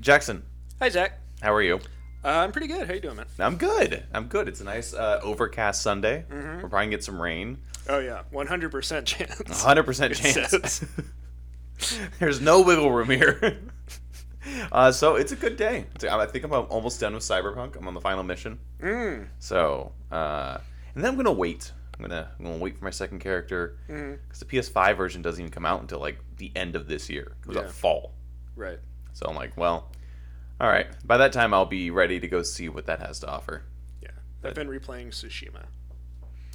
Jackson, Hi, Zach. how are you? Uh, I'm Mm-hmm. pretty good. How you doing, man? I'm good. I'm good. It's a nice uh, overcast Sunday. We're probably gonna get some rain. Oh yeah, 100% chance. 100% says. chance. There's no wiggle room here. uh, so it's a good day. It's- I think I'm almost done with Cyberpunk. I'm on the final mission. Mm. So, uh, and then I'm gonna wait. I'm gonna I'm gonna wait for my second character Mm-hmm. because the PS5 version doesn't even come out until like the end of this year. It was Yeah. out fall. Right. So I'm like, well, all right. By that time, I'll be ready to go see what that has to offer. Yeah. I've been replaying Tsushima.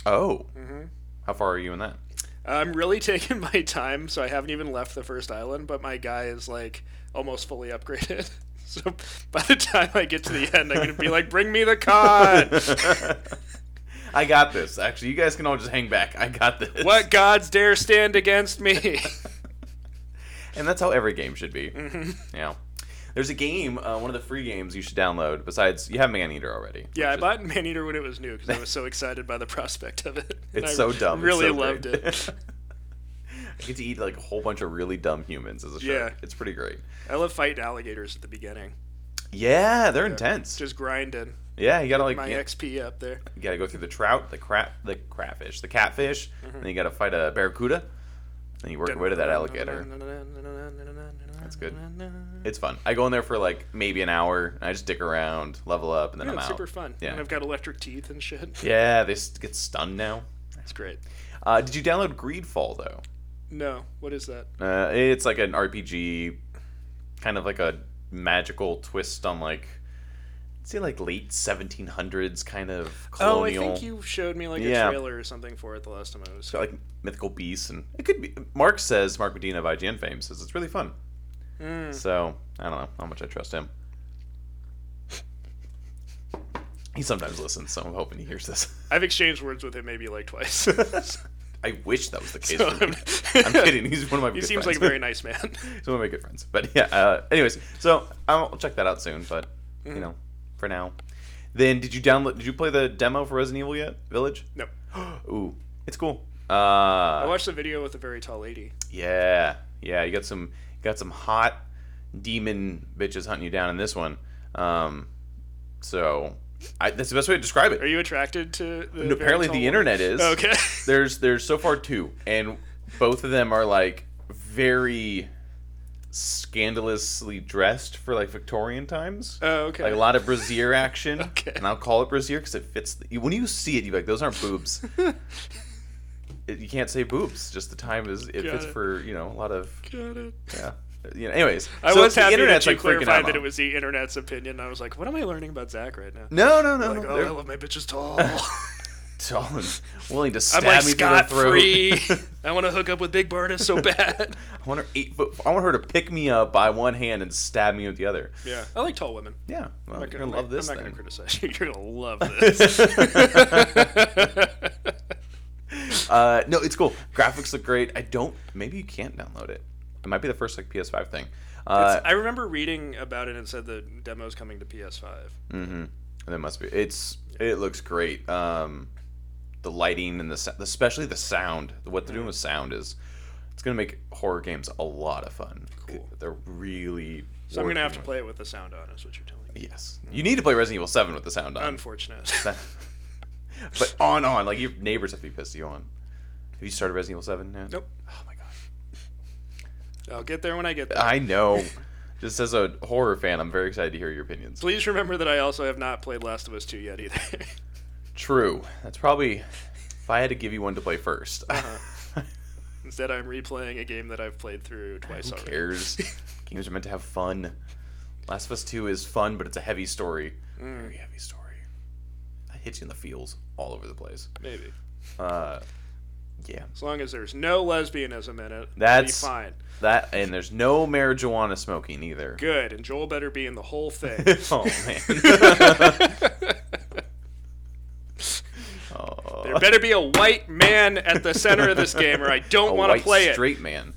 Oh, Mhm. how far are you in that? Uh, I'm really taking my time, so I haven't even left the first island. But my guy is like almost fully upgraded. So by the time I get to the end, I'm gonna be like, "Bring me the god! I got this. Actually, you guys can all just hang back. I got this. what gods dare stand against me?" And that's how every game should be. Mm-hmm. Yeah. There's a game, uh, one of the free games you should download. Besides, you have Maneater already. which Yeah, I is- bought Maneater when it was new because I was so excited by the prospect of it. And It's I so dumb. It's Really so loved great. it. I get to eat like a whole bunch of really dumb humans as a shark. Yeah. It's pretty great. I love fighting alligators at the beginning. Yeah, they're intense. Just grinding yeah, you gotta like my you, XP up there. you gotta go through the trout, the crap, the crabfish, the catfish, Mm-hmm. and then you gotta fight a barracuda, and you work your way to that alligator. That's good. It's fun. I go in there for like maybe an hour, and I just dick around, level up, and then Yeah, I'm it's out. super fun. Yeah. And I've got electric teeth and shit. Yeah, they s- get stunned now. It's great. Uh, did you download Greedfall though? No, what is that? Uh, it's like an RPG, kind of like a magical twist on like, I'd say like late 1700s kind of colonial. Oh, I think you showed me like a Yeah. trailer or something for it the last time I was. It's got like mythical beasts, and it could be. Mark says Mark Medina of IGN fame says it's really fun. Mm. So I don't know how much I trust him. He sometimes listens, so I'm hoping he hears this. I've exchanged words with him maybe like twice. I wish that was the case. So for me. I'm- I'm kidding. He's one of my. he good seems friends. like a very nice man. Some of my good friends. But yeah, uh, anyways, so I'll check that out soon. But Hmm. you know, for now. Then did you download? Did you play the demo for Resident Evil yet? Village. No, Ooh, it's cool. I Uh, watched the video with a very tall lady. yeah, yeah. You got some, you got some hot demon bitches hunting you down in this one. Um, so I, that's the best way to describe Are it. you attracted to? The And apparently, very the tall internet is woman? Okay. there's there's so far two, and both of them are like very scandalously dressed for like Victorian times. Oh, okay. Like a lot of brassiere action, Okay. and I'll call it brassiere because it fits. The, when you see it, you're like, "Those aren't boobs." It- you can't say boobs. Just the time is it Got fits it. for you know a lot of Got it. yeah. You know, anyways, I so was the happy internet's that you like freaking out. clarified that it was the internet's opinion. I was like, what am I learning about Zach right now? no, no, no. like, no, oh, I they're love my bitches tall. tall and willing to I'm stab like me through the scot throat. free. I want to hook up with Big Barna so bad. I want her eight foot. I want her to pick me up by one hand and stab me with the other. yeah, I like tall women. Yeah, well, I'm you're gonna love this. I'm not then. gonna criticize you. You're gonna love this. uh, no, it's cool. Graphics look great. I don't. Maybe you can't download it. It might be the first like PS5 thing. Uh, I remember reading about it and it said the demo's coming to PS5. That must be. It's it looks great. Um, the lighting and the sou- especially the sound. What they're doing with sound is it's gonna make horror games a lot of fun. Cool. They're really. So I'm gonna have Mm. to working play it with the sound on. Is what you're telling me? with- Yes, you need to play Resident Evil Seven with the sound on. Unfortunate. but on on like your neighbors have to be pissed you on. Have you started Resident Evil Seven? Yet? Nope. Oh my god. I'll get there when I get there. I know. Just as a horror fan, I'm very excited to hear your opinions. Please remember that I also have not played Last of Us 2 yet either. True. That's probably if I had to give you one to play 1st Uh-huh. Instead, I'm replaying a game that I've played through twice Who already. cares? Games are meant to have fun. Last of Us Two is fun, but it's a heavy story. Mm. Very heavy story. That hits you in the feels all over the place. Maybe. Uh, yeah. As long as there's no lesbianism in it, it'll That's- be fine. That and there's no marijuana smoking either. Good. And Joel better be in the whole thing. oh man. oh. there better be a white man at the center of this game, or I a don't want to white play it. straight man.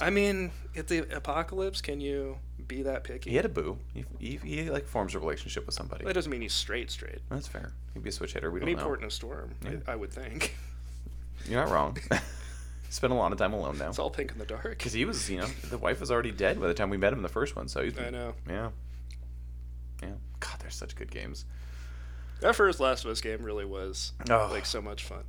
I mean, at the apocalypse, can you be that picky? He had a boo. He, he, he like forms a relationship with somebody. That doesn't mean he's straight, straight. That's fair. He'd be a switch hitter. We don't Any know. port in a storm, I, I would think. You're not wrong. spent a lot of time alone now. It's all pink in the dark. Because he was, you know, the wife was already dead by the time we met him the first one. So he's, I know. yeah, yeah. God, they're such good games. That first Last of Us game really was Oh. like so much fun.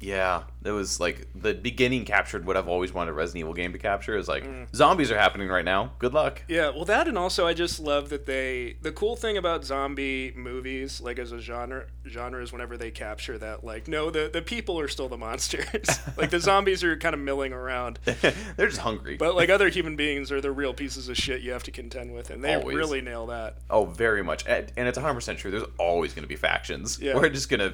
Yeah, it was like the beginning captured what I've always wanted a Resident Evil game to capture. Is like Mm. zombies are happening right now. Good luck. Yeah, well, that and also I just love that they. The cool thing about zombie movies, like as a genre, genre is whenever they capture that, like, no, the the people are still the monsters. like the zombies are kind of milling around, they're just hungry. but like other human beings are the real pieces of shit you have to contend with, and they Always. really nail that. oh, very much, and, and it's 100 percent true. There's always going to be factions. Yeah. We're just gonna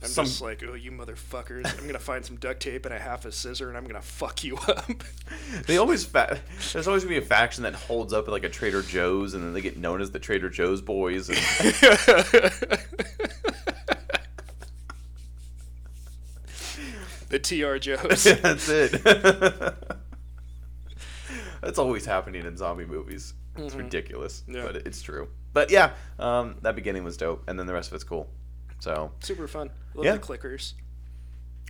I'm some just like, oh, you motherfuckers! I'm gonna find some duct tape and a half a scissor, and I'm gonna fuck you up. They always fa- there's always gonna be a faction that holds up at like a Trader Joe's, and then they get known as the Trader Joe's boys. And the TR Joes. that's it. that's always happening in zombie movies. It's ridiculous, Mm-hmm. Yeah. but it's true. But yeah, um, that beginning was dope, and then the rest of it's cool. So Super fun. Love Yeah. the clickers.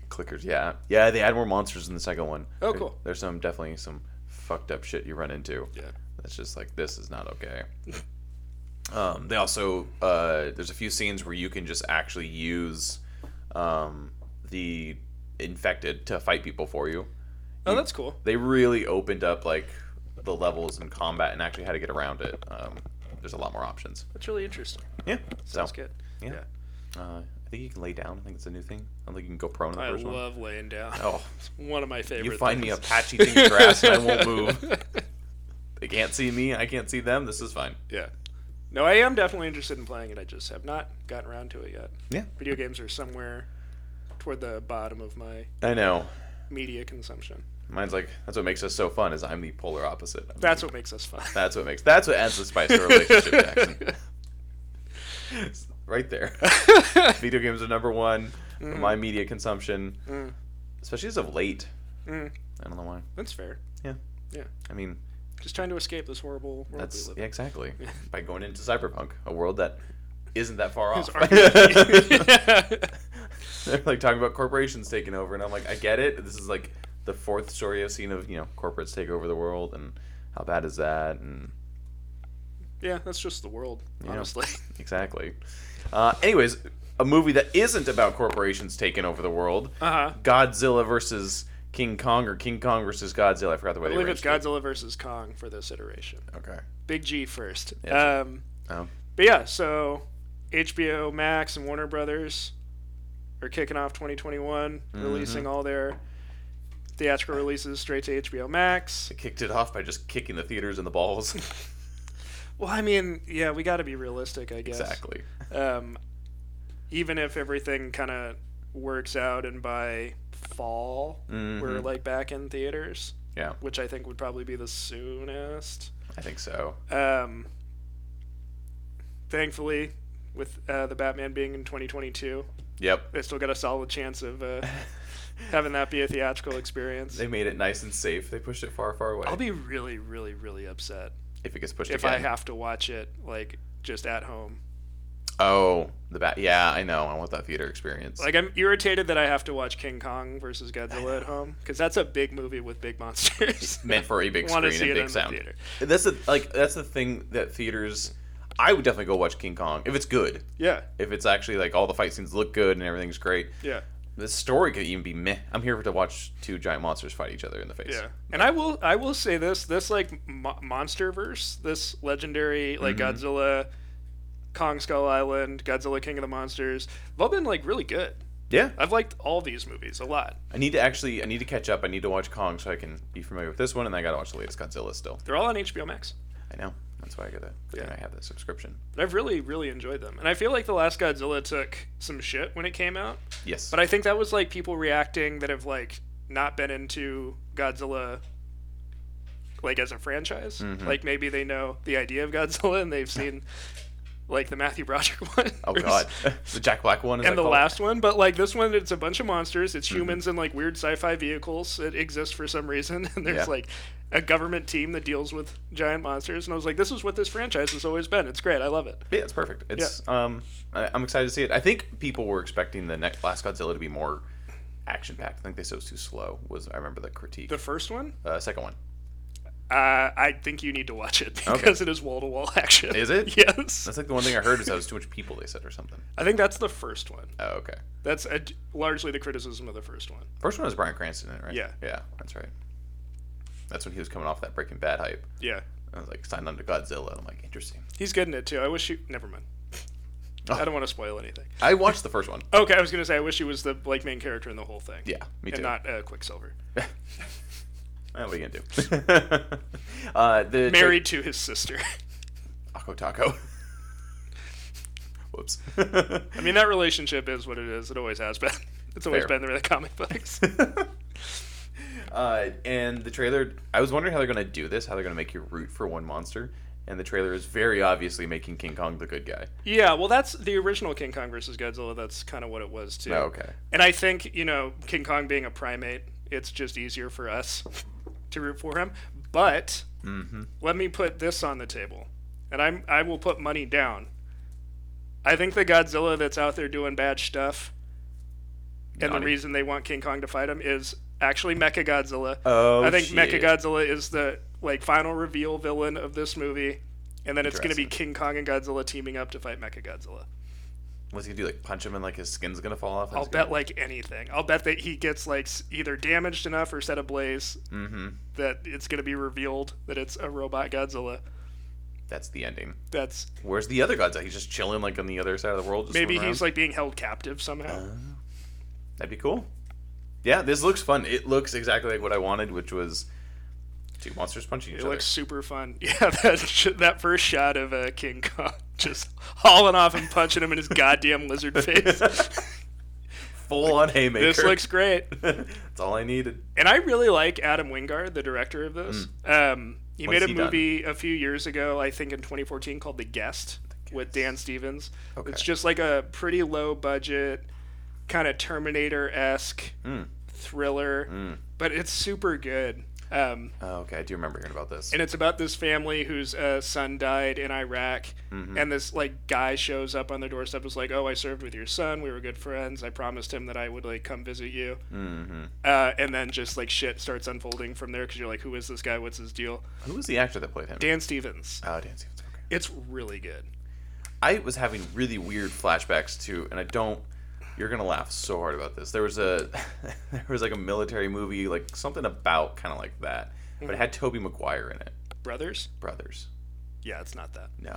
clickers, yeah, yeah. They add more monsters in the second one. Oh, cool. There's some definitely some fucked up shit you run into. Yeah. That's just like this is not okay. um, they also uh, there's a few scenes where you can just actually use um, the infected to fight people for you. Oh, that's cool. They really opened up like the levels in combat and actually how to get around it. Um, there's a lot more options. That's really interesting. Yeah, Sounds so good. yeah. Uh, I think you can lay down. I think it's a new thing. I don't think you can go prone in the I first one. love laying down. Oh, It's one of my favorite. you find me a things. patchy thing of grass and I won't move. They can't see me. I can't see them. This is fine. Yeah. No, I am definitely interested in playing it. I just have not gotten around to it yet. Yeah, Video games are somewhere toward the bottom of my I know. media consumption. Mine's like that's what makes us so fun is I'm the polar opposite. I'm- That's what makes us fun. that's what makes that's what adds the spice to our relationship, Jackson. It's right there. Video games are number one for my media consumption, Mm. especially as of late. Mm. I don't know why. That's fair. I mean, Just trying to escape this horrible world that's we live yeah, exactly by going into cyberpunk, a world that isn't that far in. It's off. arguably- They're like talking about corporations taking over, and I'm like, I get it. This is like the fourth story I've seen of you know corporates take over the world, and how bad is that? And yeah, that's just the world, Yeah. honestly. Exactly. Uh, anyways, a movie that isn't about corporations taking over the world. Uh huh. Godzilla versus King Kong or King Kong versus Godzilla. I forgot the way I they believe it's arranged Godzilla versus Kong for this iteration. it. Okay. Big G first. Yeah. Um, Um, But yeah, so HBO Max and Warner Brothers are kicking off 2021, Mm-hmm. releasing all their theatrical releases straight to HBO Max. they kicked it off by just kicking the theaters in the balls. Well, I mean, yeah, we got to be realistic, I guess. exactly. Um, even if everything kind of works out and by fall we're Mhm. like back in theaters, Yeah, which I think would probably be the soonest. I think so. Um, thankfully, with uh, the Batman being in 2022, Yep. they still got a solid chance of uh, having that be a theatrical experience. They made it nice and safe. They pushed it far, far away. I'll be really, really, really upset if it gets pushed if again. I have to watch it like just at home. oh, the bat. Yeah, I know. I want that theater experience. Like I'm irritated that I have to watch King Kong versus Godzilla at home because that's a big movie with big monsters. meant for a big Want to screen see and it big in the sound. theater? That's the like that's the thing that theaters. I would definitely go watch King Kong if it's good. Yeah, If it's actually like all the fight scenes look good and everything's great. yeah, The story could even be meh. I'm here to watch two giant monsters fight each other in the face. yeah. And I will, I will say this: this like mo- MonsterVerse, this legendary like Godzilla, Kong Skull Island, Godzilla King of the Monsters, they've all been like really good. Yeah. I've liked all these movies a lot. I need to actually I need to catch up. I need to watch Kong so I can be familiar with this one and I gotta watch the latest Godzilla still. They're all on HBO Max. I know. That's why I gotta good thing Yeah. I have the subscription. But I've really, really enjoyed them. And I feel like the last Godzilla took some shit when it came out. Yes. But I think that was like people reacting that have like not been into Godzilla like as a franchise. Mm-hmm. Like maybe they know the idea of Godzilla and they've seen like the Matthew Broderick one. oh or s- god. the Jack Black one is that Mm-hmm. And the called? last one, but like this one, it's a bunch of monsters. It's humans in like weird sci-fi vehicles. It exists for some reason, and there's Yeah. like a government team that deals with giant monsters. And I was like, this is what this franchise has always been. It's great. I love it. Yeah, it's perfect. It's um, I, I'm excited to see it. I think people were expecting the next Last Godzilla to be more action packed. I think they said it was too slow. Was I remember the critique? The first one, uh, second one. uh, I think you need to watch it because it is wall to wall action. Is it? Yes. That's like the one thing I heard is that was too much people. They said or something. I think that's the first one. Oh, okay. That's uh, largely the criticism of the first one. First one was Brian Cranston, in it, right? Yeah. Yeah, that's right. That's when he was coming off that Breaking Bad hype. Yeah. I was like signed on to Godzilla. I'm like, interesting. He's good in it too. I wish you. Never mind. Oh. I don't want to spoil anything. I watched the first one. Okay, I was gonna say I wish he was the like main character in the whole thing. Yeah, me too. and not uh, Quicksilver. Eh, what are you gonna do? uh, the Married to his sister. Taco Taco. Whoops. I mean, that relationship is what it is. It always has been. It's always Fair. been there in the comic books. uh, and the trailer. I was wondering how they're gonna do this. How they're gonna make you root for one monster. And the trailer is very obviously making King Kong the good guy. yeah, well, that's the original King Kong versus Godzilla. That's kind of what it was too. Oh, okay. And I think you know King Kong being a primate, it's just easier for us to root for him. But Mm-hmm. let me put this on the table, and I'm I will put money down. I think the Godzilla that's out there doing bad stuff, and Naughty. the reason they want King Kong to fight him is actually Mecha Godzilla. Oh, I think shit. Mechagodzilla is the like final reveal villain of this movie, and then it's going to be King Kong and Godzilla teaming up to fight Mechagodzilla. What's he gonna do? Like punch him and like his skin's gonna fall off? I'll bet like anything. I'll bet that he gets like s- either damaged enough or set ablaze Mm-hmm. that it's going to be revealed that it's a robot Godzilla. That's the ending. That's Where's the other Godzilla? He's just chilling like on the other side of the world. Just maybe swimming he's around? like being held captive Uh, somehow. that'd be cool. Yeah, this looks fun. It looks exactly like what I wanted, which was two monsters punching each It other. looks super fun. Yeah, that sh- that first shot of uh, King Kong just hauling off and punching him in his goddamn lizard face. Full on haymaker. this looks great. That's all I needed. And I really like Adam Wingard, the director of this. Um, he What's made a Mm. he done? movie a few years ago, I think in 2014, called The Guest with Dan Stevens. Okay. It's just like a pretty low budget, kind of Terminator esque Mm. thriller, but it's super good. Um, Oh, okay, I do remember hearing about this. and it's about this family whose uh, son died in Iraq, Mm-hmm. and this like guy shows up on their doorstep, is like, "Oh, I served with your son. We were good friends. I promised him that I would like come visit you." Mm-hmm. uh, and then just like shit starts unfolding from there because you're like, who is this guy? What's his deal? Who was the actor that played him? Dan Stevens. oh, Dan Stevens. Okay. It's really good. I was having really weird flashbacks too, and I don't. You're gonna laugh so hard about this. There was a, there was like a military movie, like something about kind of like that, but it had Toby Maguire in it. Brothers? Brothers. Yeah, it's not that. No,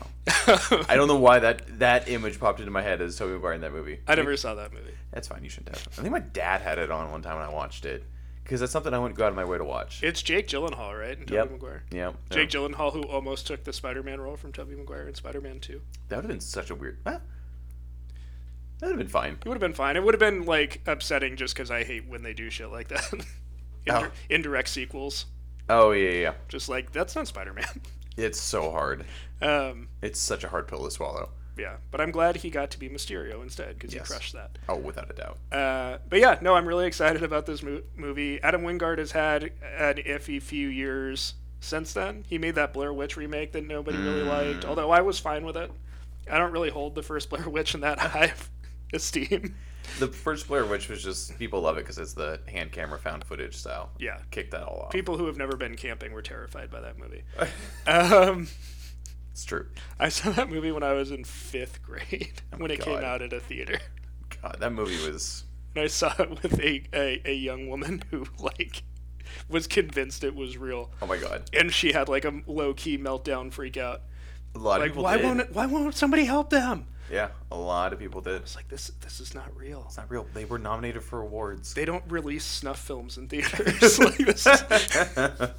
I don't know why that that image popped into my head as Toby Maguire in that movie. I never saw that movie. That's fine. You shouldn't have. I think my dad had it on one time when I watched it, because that's something I wouldn't go out of my way to watch. It's Jake Gyllenhaal, right? And Tobey Yep. Maguire. yeah. Jake Gyllenhaal, who almost took the Spider-Man role from Tobey Maguire in Spider-Man 2. That would have been such a weird. Huh? That would have been fine. It would have been fine. It would have been like upsetting just because I hate when they do shit like that. Indir- Oh. Indirect sequels, Oh yeah, yeah, yeah. just like that's not Spider-Man. It's so hard. um, It's such a hard pill to swallow. yeah, but I'm glad he got to be Mysterio instead because Yes. he crushed that. Oh, without a doubt. Uh, but yeah, no, I'm really excited about this mo- movie. Adam Wingard has had an iffy few years since then. He made that Blair Witch remake that nobody Mm. really liked, although I was fine with it. I don't really hold the first Blair Witch in that high of esteem. The first Blair Witch was just people love it because it's the hand camera found footage style. Yeah. kick that all off. People who have never been camping were terrified by that movie. Um, It's true. I saw that movie when I was in fifth grade when it came Oh, God. out at a theater. God, that movie was. And I saw it with a, a, a young woman who, like, was convinced it was real. Oh my God. and she had like a low key meltdown freak out. A lot of Like, people. why did. won't why won't somebody help them? Yeah, a lot of people did. It's It's like this this is not real. not real. They were nominated for awards. They don't release snuff films in theaters. like this is-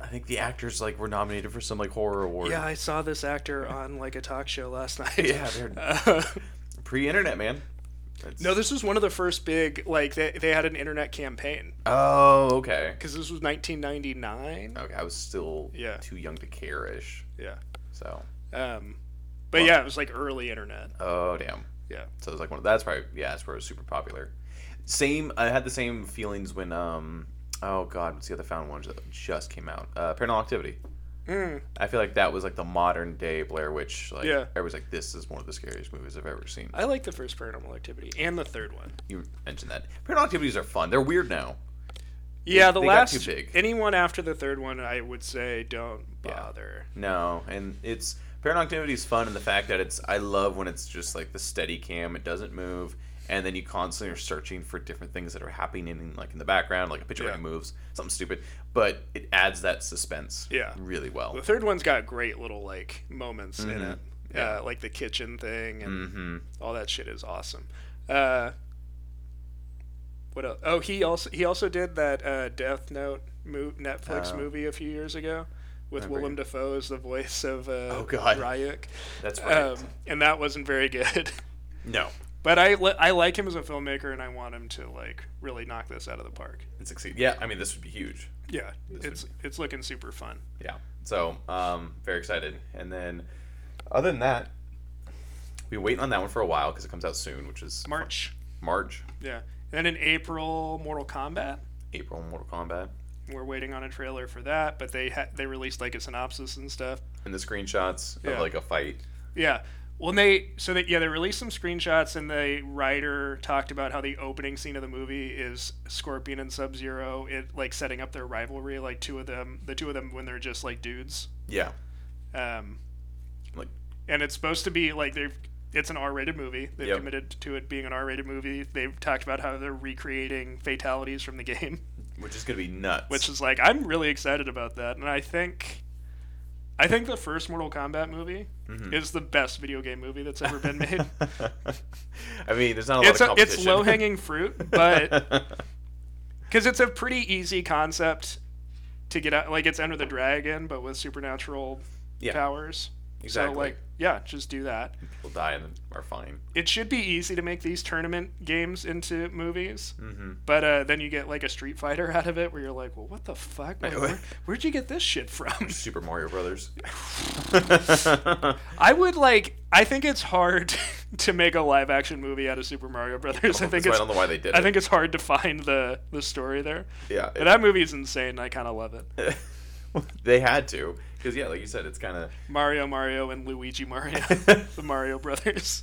I think the actors like were nominated for some like horror award. yeah, I saw this actor on like a talk show last night. Yeah, they're- Uh, Pre-internet, man. That's- no, this was one of the first big like they they had an internet campaign Oh, okay. because this was 1999. Okay, I was still Yeah. too young to care-ish. Yeah. So, Um, but yeah, it was like early internet. oh damn. Yeah. So it was like one of that's probably yeah, that's where it was super popular. Same I had the same feelings when um oh god, what's the other found one that just came out? Uh Paranormal Activity. I feel like that was like the modern day Blair Witch. Like, Mm. Yeah. I was like, this is one of the scariest movies I've ever seen. I like the first Paranormal Activity and the third one. You mentioned that. Paranormal activities are fun. They're weird now. Yeah, the they got last too big. anyone after the third one, I would say don't Yeah. bother. No, and it's Paranormal Activity is fun in the fact that it's I love when it's just like the steady cam, it doesn't move, and then you constantly are searching for different things that are happening in like in the background, like a picture Yeah. frame moves, something stupid, but it adds that suspense. Yeah. really well. The third one's got great little like moments in Mhm. it, Yeah. uh, like the kitchen thing and Mm-hmm. all that shit is awesome. Uh, what else? Oh, he also he also did that uh, Death Note mo- Netflix Oh. movie a few years ago with Remember Willem Dafoe as the voice of uh, Oh, God. Ryuk, That's right. um, and that wasn't very good. no, but I li- I like him as a filmmaker, and I want him to like really knock this out of the park. it succeed. Yeah, I mean this would be huge. Yeah, it's it's looking super fun. Yeah, so um, very excited. And then other than that, we wait on that one for a while because it comes out soon, which is March, March, yeah, and then in April, Mortal Kombat. April, Mortal Kombat. We're waiting on a trailer for that, but they ha- they released like a synopsis and stuff. And the screenshots Yeah. of like a fight. Yeah. Well, and they so that yeah they released some screenshots and the writer talked about how the opening scene of the movie is Scorpion and Sub Zero it like setting up their rivalry like two of them the two of them when they're just like dudes Yeah, um, like and it's supposed to be like they've it's an R-rated movie they've Yep. committed to it being an R-rated movie they've talked about how they're recreating fatalities from the game which is gonna be nuts. which is like I'm really excited about that and I think I think the first Mortal Kombat movie Mhm. is the best video game movie that's ever been made. I mean, there's not a lot it's of a, competition. it's low hanging fruit, but because it's a pretty easy concept to get out. Like it's Enter the Dragon, but with supernatural Yeah. powers. exactly. So like, yeah, just do that. People die and are fine. It should be easy to make these tournament games into movies, Mm-hmm. but uh, then you get like a Street Fighter out of it, where you're like, well, what the fuck? Like, where, where'd you get this shit from? Super Mario Brothers. I would like. I think it's hard to make a live action movie out of Super Mario Brothers. I think So Oh, I it's. don't know why they did I it. think it's hard to find the the story there. yeah, But that movie is insane. I kind of love it. it- they had to because yeah, like you said, it's kind of Mario, Mario, and Luigi Mario, the Mario Brothers.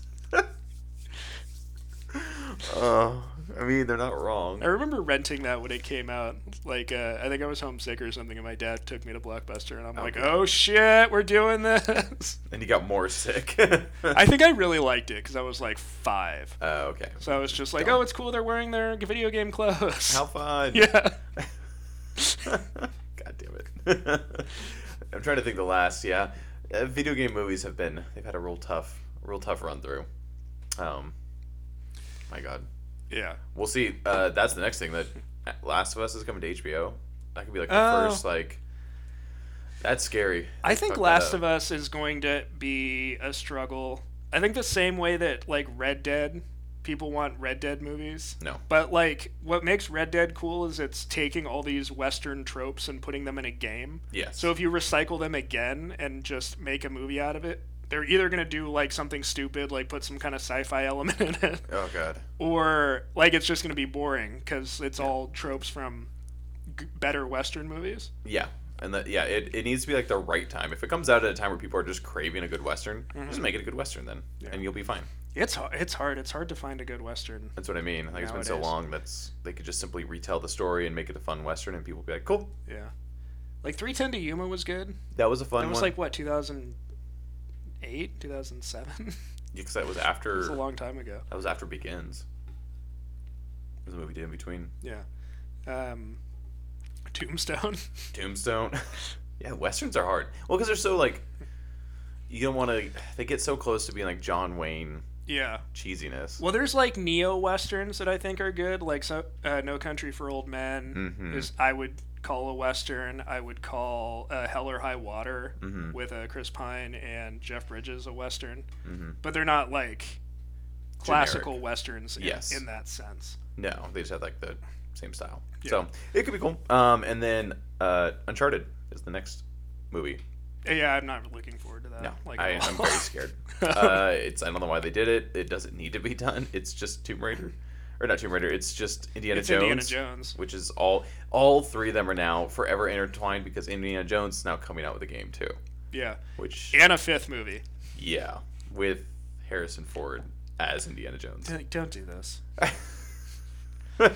Uh, I mean, they're not wrong. I remember renting that when it came out. Like, uh, I think I was homesick or something, and my dad took me to Blockbuster, and I'm like, good. "Oh shit, we're doing this!" And you got more sick. I think I really liked it because I was like five, Oh, okay. so I was just like, "Oh, it's cool. They're wearing their video game clothes." How fun. yeah, God damn it. I'm trying to think the last, yeah. Uh, video game movies have been they've had a real tough real tough run through. Um my god. yeah. We'll see. Uh that's the next thing that Last of Us is coming to HBO. That could be like the Oh. first like That's scary. I think Last of Us is going to be a struggle. I think the same way that like Red Dead, people want Red Dead movies. No. But like what makes Red Dead cool is it's taking all these western tropes and putting them in a game. Yes. So if you recycle them again and just make a movie out of it, they're either going to do like something stupid like put some kind of sci-fi element in it Oh god. or like it's just going to be boring cuz it's all tropes from g- better western movies. Yeah. And that yeah, it, it needs to be like the right time. If it comes out at a time where people are just craving a good western, Mm-hmm. just make it a good western then. And you'll be fine. It's ho- it's hard. It's hard to find a good western. That's what I mean. Like it's been so Nowadays. long that's they could just simply retell the story and make it a fun western, and people would be like, "Cool, Yeah. Like 310 to Yuma was good. that was a fun That was one." like what 2008, 2007. because that was after It's a long time ago. that was after Begins. There's a movie did in between Yeah. Um Tombstone. Tombstone. yeah, westerns are hard. Well, because they're so like you don't want to. They get so close to being like John Wayne yeah. cheesiness. Well, there's like neo westerns that I think are good, like so, uh, No Country for Old Men. Mhm. Is I would call a western. I would call uh, Hell or High Water Mhm. with uh, Chris Pine and Jeff Bridges a western, Mhm. but they're not like classical westerns in, Yes. in that sense. No, they just have like the same style. Yeah. So it could be cool. Um, and then uh, Uncharted is the next movie Yeah, I'm not looking forward to that. No, like I, at I'm all. very scared. uh, it's I don't know why they did it. It doesn't need to be done. It's just Tomb Raider or not Tomb Raider. It's just Indiana it's Jones. Indiana Jones. Which is all all three of them are now forever intertwined because Indiana Jones is now coming out with a game too. Yeah, Which and a fifth movie. yeah, with Harrison Ford as Indiana Jones. Don't don't do this. I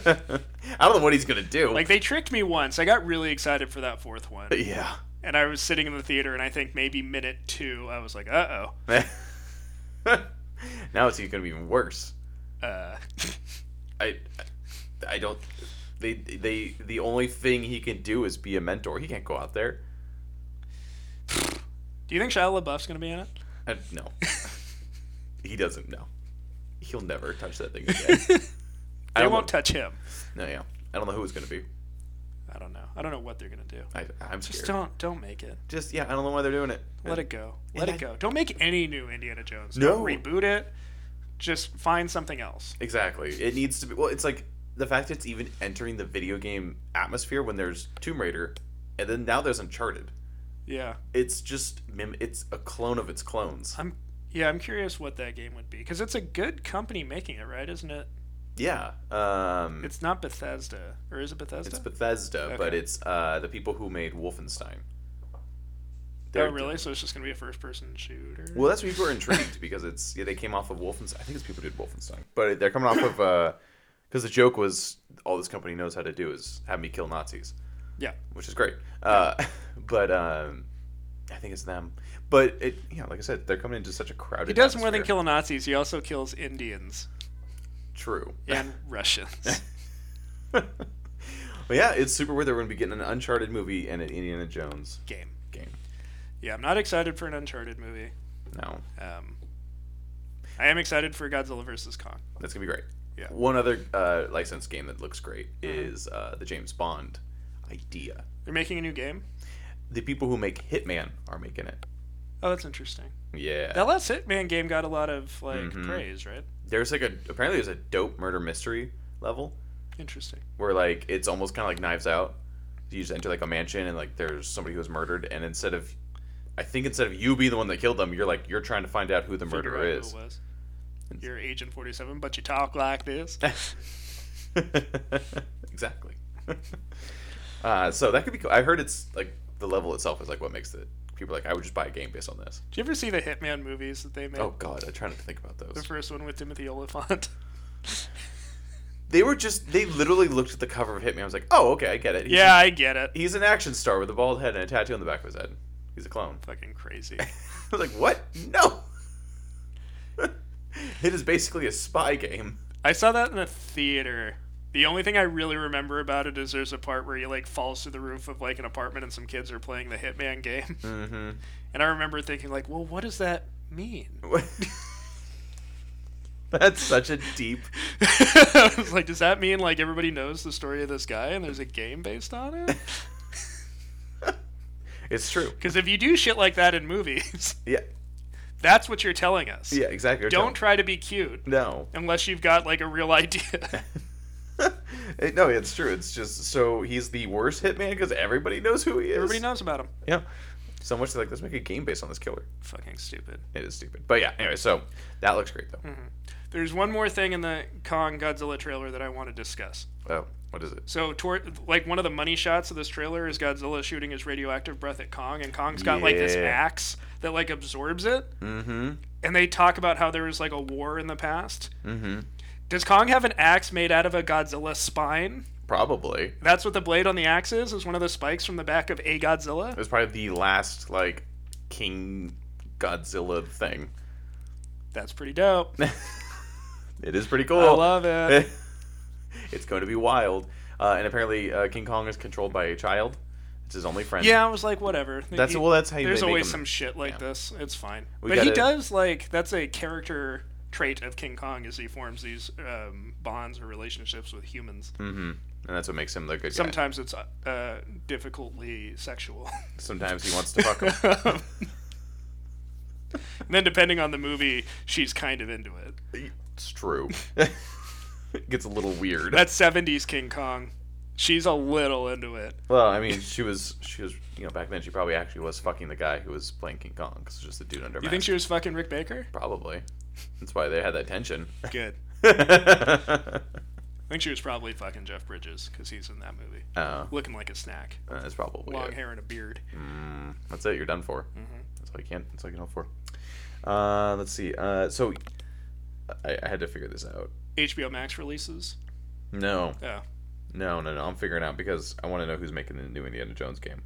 don't know what he's gonna do. Like they tricked me once. I got really excited for that fourth one, yeah. and I was sitting in the theater, and I think maybe minute two, I was like, "Uh now it's gonna be even worse. oh." Uh, I, I don't. They they the only thing he can do is be a mentor. He can't go out there. do you think Shia LaBeouf's gonna be in it? I, no, he doesn't. No, he'll never touch that thing again. I They don't won't know, touch him. no, yeah. I don't know who it's gonna be. I don't know. I don't know what they're gonna do. I, I'm scared. Just Just, don't don't make it. yeah. I don't know why they're doing it. Let it go. Let and it I- go. Don't make any new Indiana Jones. No. Don't reboot it. Just find something else. Exactly. It needs to be. Well, it's like the fact that it's even entering the video game atmosphere when there's Tomb Raider, and then now there's Uncharted. Yeah. It's just mim. It's a clone of its clones. I'm yeah, I'm curious what that game would be because it's a good company making it, right? Isn't it? Yeah. Um. It's not Bethesda, or is it Bethesda? Oh, It's Bethesda, but Okay. it's uh, the people who made Wolfenstein. oh, They're- really? So it's just gonna be a first-person shooter? Well, that's why people are intrigued because it's yeah they came off of Wolfenstein. I think it's people who did Wolfenstein, but they're coming off of because the joke was all this company knows how to do is have me kill Nazis, Yeah. which is great. Uh, but um, I think it's them. But it yeah, like I said, they're coming into such a crowded. He does more than atmosphere. kill Nazis. He also kills Indians True. and Russians. but yeah, it's super weird. They're going to be getting an Uncharted movie and an Indiana Jones Game. game. Yeah, I'm not excited for an Uncharted movie. No, Um, I am excited for Godzilla vs Kong. That's gonna be great. Yeah. Uh-huh. One other uh, licensed game that looks great is uh, the James Bond idea. They're making a new game. The people who make Hitman are making it. Oh, that's interesting. Yeah. That last Hitman game got a lot of like Mhm. praise, right? There's like a apparently there's a dope murder mystery level Interesting. where like it's almost kind of like Knives Out. You just enter like a mansion and like there's somebody who was murdered and instead of I think instead of you being the one that killed them, you're like you're trying to find out who the Figure murderer out who is. it was. You're Agent 47, but you talk like this. exactly. uh, so that could be cool. I heard it's like the level itself is like what makes it. People are like I would just buy a game based on this. Did you ever see the Hitman movies that they made? Oh God, I try not to think about The those. first one with Timothy Oliphant. They were just they literally looked at the cover of Hitman. I was like, oh okay, I get it. He's yeah, I get it. he's an action star with a bald head and a tattoo on the back of his head. He's a clone. Fucking crazy. I was like, what? No. it is basically a spy game. I saw that in a theater. The only thing I really remember about it is there's a part where he like falls through the roof of like an apartment and some kids are playing the Hitman game. Mm-hmm. And I remember thinking like, well, what does that mean? That's such a deep. I was like, does that mean like everybody knows the story of this guy and there's a game based on it? It's true. Because if you do shit like that in movies, Yeah. that's what you're telling us. Yeah. Exactly. Don't try to be cute No. unless you've got like a real idea. It- no, it's true. It's just so he's the worst hitman because everybody knows who he is. Everybody knows about him. Yeah. So much they're like, let's make a game based on this killer. Fucking stupid. It is stupid. But yeah, anyway, so that looks great Hmm. though. There's one more thing in the Kong Godzilla trailer that I want to discuss. Oh, what is it? So, toward, like one of the money shots of this trailer is Godzilla shooting his radioactive breath at Kong, and Kong's got like this Yeah. axe that like absorbs it. Mm-hmm. And they talk about how there was like a war in the past. Mm-hmm. Does Kong have an axe made out of a Godzilla spine? Probably. It That's what the blade on the axe is, is one of the spikes from the back of a Godzilla. was probably the last like King Godzilla thing. That's pretty dope. It is pretty cool. I love it. it's going to be wild. Uh, and apparently, uh, King Kong is controlled by a child. It's his only friend. Yeah, I was like, whatever. That's He- well. That's how you. There's they make always him- some shit like yeah. this. It's fine. We but he gotta- does like that's a character trait of King Kong is he forms these um, bonds or relationships with humans. Mhm. And that's what makes him the good guy. Sometimes it's uh, difficultly sexual. Sometimes he wants to fuck him. And then depending on the movie, she's kind of into it. It's true. it gets a little weird. That's 70s King Kong. She's a little into it. Well, I mean, she was she was you know back then she probably actually was fucking the guy who was playing King Kong because just the dude under. You mask. think she was fucking Rick Baker? Oh, probably? That's why they had that tension. Good. but I think she was probably fucking Jeff Bridges because he's in that movie, Oh, looking like a snack, uh, that's probably long it. hair Mm-hmm. and a beard. Mm, that's it. You're done for. That's all you can. That's all you can hope for. Uh, let's see. Uh, so I, I had to figure this out. HBO Max releases. Oh, No, Yeah, no, no, no. I'm figuring out because I want to know who's making the new Indiana Jones game.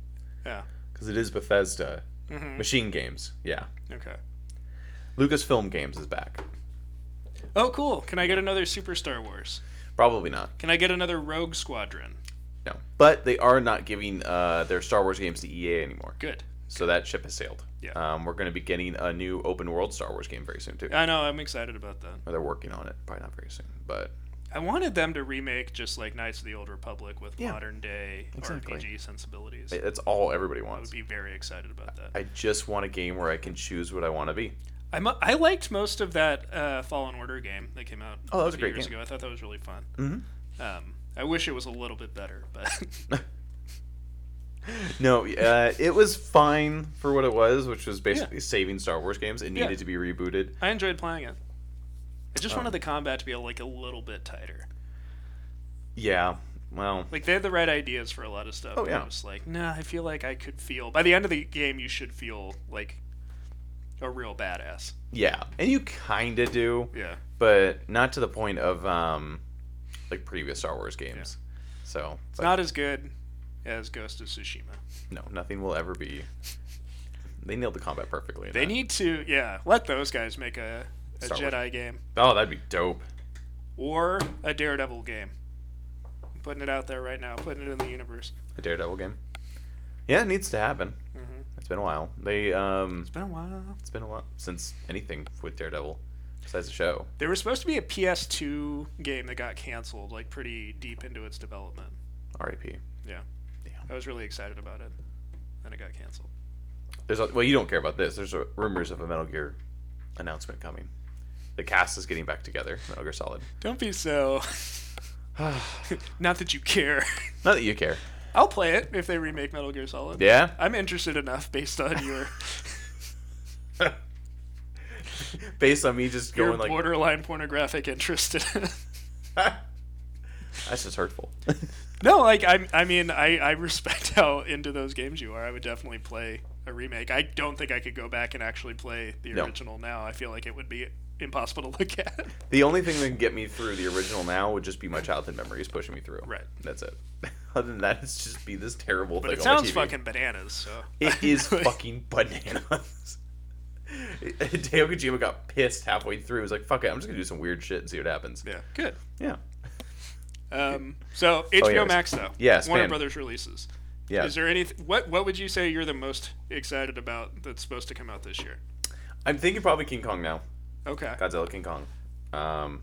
yeah. Because it is Bethesda hmm Machine Games. Yeah, Okay. Lucasfilm Games is back. Oh, cool. Can I get another Super Star Wars? Probably not. Can I get another Rogue Squadron? No, but they are not giving uh, their Star Wars games to EA anymore. Good. So that ship has sailed. Yeah. Um, we're going to be getting a new open world Star Wars game very soon too. I know. I'm excited about that. Or they're working on it. Probably not very soon, but I wanted them to remake just like Knights of the Old Republic with Yeah. modern day Exactly. RPG sensibilities. it- it's all everybody I would wants. be very excited about that. I just want a game where I can choose what I want to be. I, mu- I liked most of that uh, Fallen Order game that came out Oh, that was a two great years game. ago. I thought that was really fun. Mhm. Um, I wish it was a little bit better, but No, uh, it was fine for what it was, which was basically Yeah. saving Star Wars games. It Yeah. needed to be rebooted. I enjoyed playing it. I just Um, wanted the combat to be like a little bit tighter. Yeah. Well, Like they had the right ideas for a lot of stuff. Oh, but yeah. I was like, nah, I feel like I could feel by the end of the game you should feel like a real badass. yeah, and you kind of do, Yeah. but not to the point of um, like previous Star Wars games. So It's but not as good as Ghost of Tsushima. no, nothing will ever be. They nailed the combat perfectly. in that. They need to yeah, let those guys make a, a Star Wars. Jedi game. Oh, that'd be dope. or a Daredevil game. I'm putting it out there right now, putting it in the universe. A Daredevil game. Yeah, it needs to happen. Mhm. It's been a while. They um, It's been a while. it's been a while since anything with Daredevil, besides the show. There was supposed to be a PS2 game that got canceled, like pretty deep into its development. R.I.P. Yeah. Yeah. I was really excited about it. Then it got canceled. There's a, well, you don't care about this. There's a, rumors of a Metal Gear announcement coming. The cast is getting back together. Metal Gear Solid. Don't be so. Not that you care. Not that you care. I'll play it if they remake Metal Gear Solid. Yeah. I'm interested enough based on your, Based on me just your going like borderline pornographic interest in it. that's just hurtful. No, like I, I mean, I, I respect how into those games you are. I would definitely play a remake. I don't think I could go back and actually play the No. original now. I feel like it would be impossible to look at. the only thing that can get me through the original now would just be my childhood memories pushing me through. Right. That's it. Other than that, it's just be this terrible But thing. on it my sounds TV. fucking bananas. So It is fucking bananas. Hideo Kojima got pissed halfway through. He was like, "Fuck it, I'm just gonna do some weird shit and see what happens." yeah, good. Yeah. Um, so HBO anyways. Max though, Oh, Yes, Warner man. Brothers releases. Yeah. Is there any what what would you say you're the most excited about that's supposed to come out this year? I'm thinking probably King Kong now. Okay, Godzilla King Kong. Um,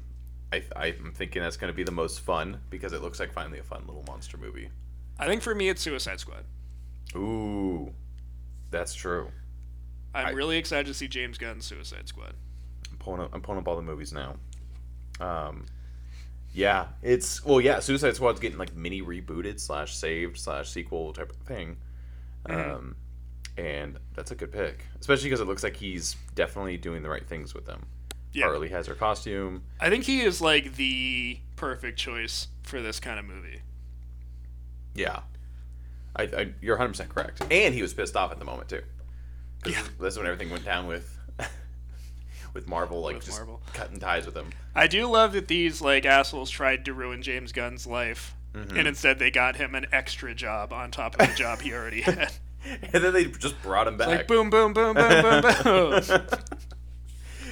I, I'm thinking that's going to be the most fun because it looks like finally a fun little monster movie. I think for me it's Suicide Squad. Ooh, that's true. I'm I- really excited to see James Gunn's Suicide Squad. I'm pulling up, I'm pulling up all the movies now. Um, yeah, it's well, yeah. Suicide Squad's getting like mini rebooted slash saved slash sequel type of thing. Um, and that's a good pick, especially because it looks like he's definitely doing the right things with them. Yeah. Harley has her costume. I think he is like the perfect choice for this kind of movie. Yeah, I, I you're 100 percent correct. And he was pissed off at the moment too. 'Cause Yeah. that's when everything went down with with Marvel, like With just Marvel. cutting ties with him. I do love that these like assholes tried to ruin James Gunn's life, and instead they got him an extra job on top of the job he already had. And then they just brought him Like back. boom, boom, boom, boom, boom, boom.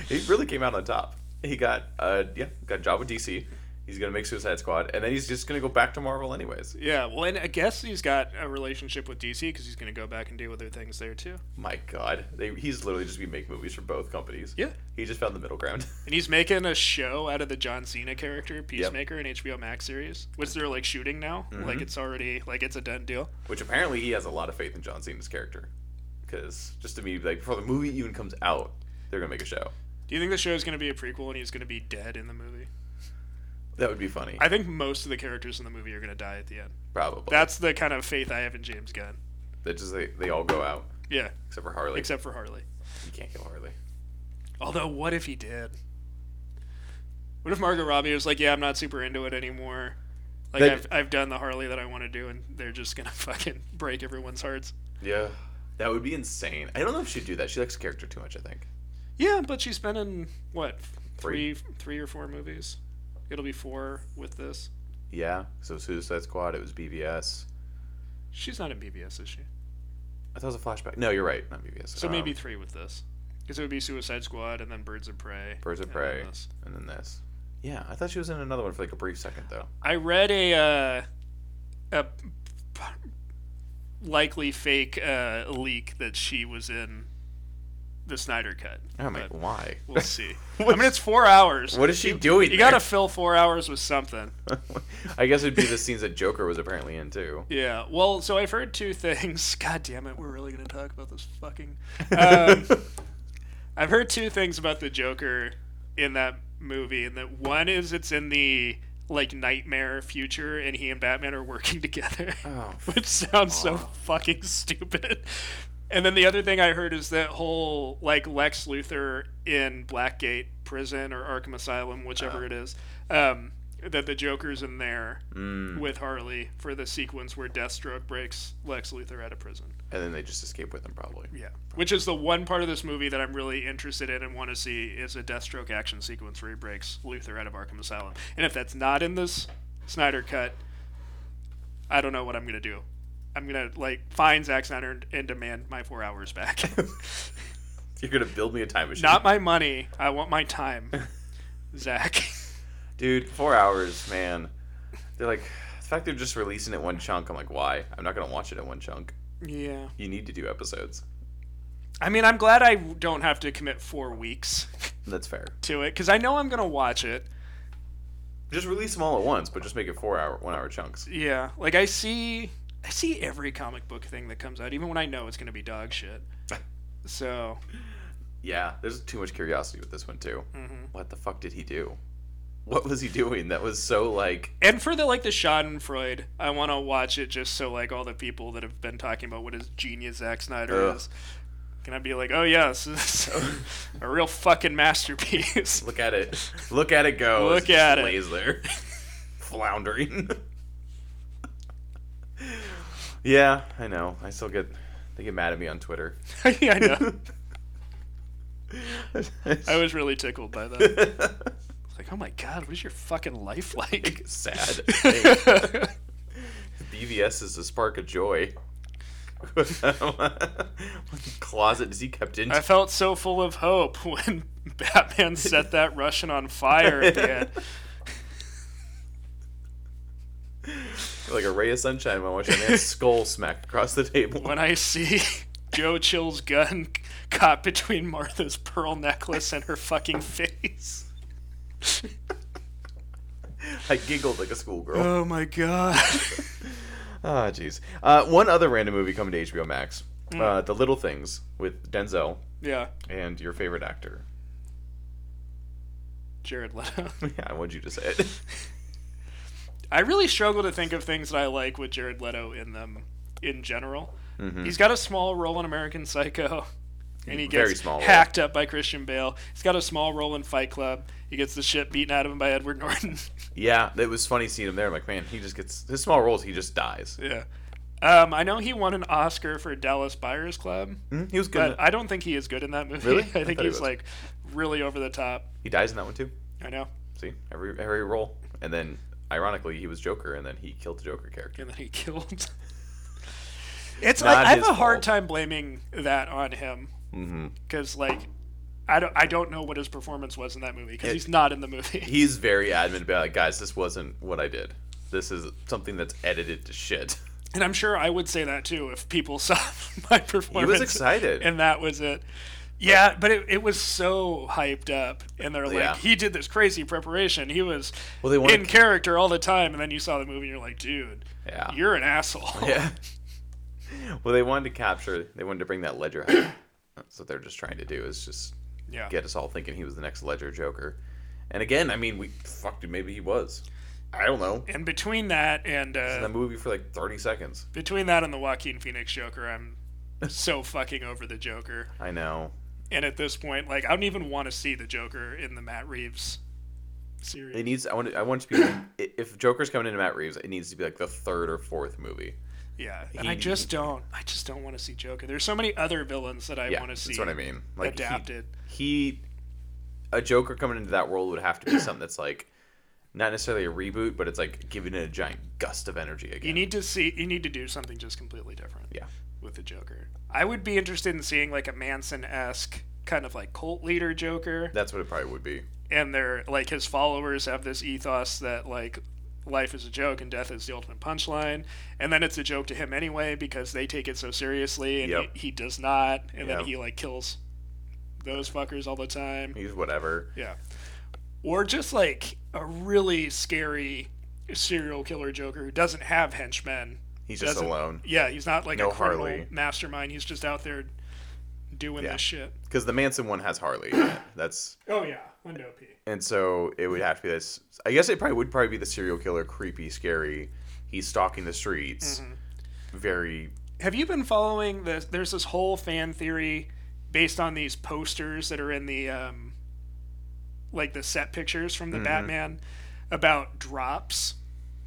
he really came out on top. He got uh yeah got a job with DC. He's gonna make Suicide Squad, and then he's just gonna go back to Marvel anyways. yeah, well, and I guess he's got a relationship with DC because he's going to go back and do other things there too. My God, they, he's literally just gonna make movies for both companies. Yeah. he just found the middle ground. And he's making a show out of the John Cena character, Peacemaker, in HBO Max series, which they're like shooting now. Like it's already like it's a done deal. Which apparently he has a lot of faith in John Cena's character, because just to me, like before the movie even comes out, they're gonna make a show. Do you think the show is going to be a prequel and he's going to be dead in the movie? That would be funny, I think most of the characters in the movie are going to die at the end. probably. That's the kind of faith I have in James Gunn. that just they, they all go out Yeah, except for Harley. except for Harley. you can't kill Harley. Although, what if he did? What if Margot Robbie was like, "Yeah, I'm not super into it anymore. Like They- I've I've done the Harley that I want to do, and they're just gonna fucking break everyone's hearts." Yeah. That would be insane. I don't know if she'd do that. She likes character too much, I think. Yeah, but she's been in what Three. three three or four movies. It'll be four with this. Yeah. So Suicide Squad, it was BBS. She's not in BBS, is she? I thought it was a flashback. No, you're right. Not BBS. So Um, maybe three with this, because it would be Suicide Squad and then Birds of Prey. Birds of and then Prey this. and then this. Yeah, I thought she was in another one for like a brief second though. I read a uh, a p- likely fake uh, leak that she was in the Snyder Cut. Oh my, but why? We'll see. I mean, it's four hours. What is she doing? You gotta there? fill four hours with something. I guess it'd be the scenes that Joker was apparently in too. Yeah. Well, so I've heard two things. God damn it, we're really gonna talk about this fucking. Um, I've heard two things about the Joker in that movie, and that one is it's in the like nightmare future, and he and Batman are working together, Oh, which sounds so fucking stupid. And then the other thing I heard is that whole like Lex Luthor in Blackgate prison or Arkham Asylum, Oh. whichever it is, um, that the Joker's in there Mm. with Harley for the sequence where Deathstroke breaks Lex Luthor out of prison. And then they just escape with him probably. Yeah. Which is the one part of this movie that I'm really interested in and want to see is a Deathstroke action sequence where he breaks Luthor out of Arkham Asylum. And if that's not in this Snyder cut, I don't know what I'm gonna do. I'm gonna like find Zack Snyder and demand my four hours back. You're gonna build me a time machine, not my money. I want my time, Zack. dude. Four hours, man. They're like the fact they're just releasing it one chunk. I'm like, why? I'm not gonna watch it in one chunk. yeah. You need to do episodes. I mean, I'm glad I don't have to commit four weeks That's fair. to it because I know I'm gonna watch it. Just release them all at once, but just make it four hour, one hour chunks. Yeah, like I see, I see every comic book thing that comes out, even when I know it's gonna be dog shit. So Yeah, there's too much curiosity with this one too. What the fuck did he do? What was he doing? That was so like And for the like the Schadenfreude, I want to watch it just so like all the people that have been talking about what his genius Zack Snyder Ugh. is, can I be like, oh yeah, this is a real fucking masterpiece. Look at it. Look at it go. Look It just at it. Lays there, floundering. yeah, I know. I still get they get mad at me on Twitter. I know. I I was really tickled by that. It's like, oh my god, what is your fucking life like? sad. Hey, BVS is a spark of joy. what closet is he kept in? I felt so full of hope when Batman set that Russian on fire at the end. Like a ray of sunshine when I watch a man's skull smack across the table. when I see Joe Chill's gun caught between Martha's pearl necklace and her fucking face. I giggled like a schoolgirl. Oh my god. Ah, jeez. Uh, one other random movie coming to HBO Max, Hmm. uh, The Little Things with Denzel yeah, and your favorite actor. Jared Leto. yeah, I want you to say it. I really struggle to think of things that I like with Jared Leto in them in general. Mm-hmm. He's got a small role in American Psycho. And he Very gets small role. hacked up by Christian Bale. He's got a small role in Fight Club. He gets the shit beaten out of him by Edward Norton. yeah, it was funny seeing him there. I'm like, man, he just gets his small roles. He just dies. yeah. Um, I know he won an Oscar for Dallas Buyers Club. Hmm, He was good. in but it. I don't think he is good in that movie. Really? I I think thought he he's was. like really over the top. he dies in that one too. I know. See every every role, and then ironically, he was Joker, and then he killed the Joker character. And then he killed. It's Not I, I have his a hard fault. time blaming that on him Mm-hmm. because like I don't I don't know what his performance was in that movie because It- he's not in the movie. He's very adamant about like, guys, this wasn't what I did. This is something that's edited to shit. And I'm sure I would say that too if people saw my He performance. was excited. and that was it. Yeah, but it, it was so hyped up, and they're like, Yeah. he did this crazy preparation. He was Well, they wanted- in character all the time, and then you saw the movie, and you're like, dude, Yeah. you're an asshole. Yeah. Well, they wanted to capture. They wanted to bring that Ledger. hype. That's what they're just trying to do. Is just Yeah. get us all thinking he was the next Ledger Joker. And again, I mean, we fuck, dude. Maybe he was. I don't know. And between that and In the uh, movie for like thirty seconds. between that and the Joaquin Phoenix Joker, I'm so fucking over the Joker. I know. And at this point, like I don't even want to see the Joker in the Matt Reeves Serious. It needs. I want. I want it to be. i- if Joker's coming into Matt Reeves, it needs to be like the third or fourth movie. Yeah, and I He- just don't. I just don't want to see Joker. There's so many other villains that I Yeah, want to that's see what I mean. Like he- adapted. he a Joker coming into that world would have to be something that's like not necessarily a reboot, but it's like giving it a giant gust of energy again. You need to see. You need to do something just completely different. Yeah. With the Joker, I would be interested in seeing like a Manson-esque kind of like cult leader Joker, that's what it probably would be. and they're like his followers have this ethos that like life is a joke and death is the ultimate punchline, and then it's a joke to him anyway because they take it so seriously and Yep. he, he does not, and Yep. then he like kills those fuckers all the time. He's whatever. Yeah. Or just like a really scary serial killer Joker who doesn't have henchmen. He's just Doesn't- alone. Yeah, he's not like No a criminal Harley. mastermind. He's just out there doing Yeah. this shit. Because the Manson one has Harley. in it. That's Oh yeah, window P. and so it would have to be this. I guess it probably would probably be the serial killer, creepy, scary. He's stalking the streets. Very. Have you been following the? There's this whole fan theory based on these posters that are in the, um, like the set pictures from the Batman about drops,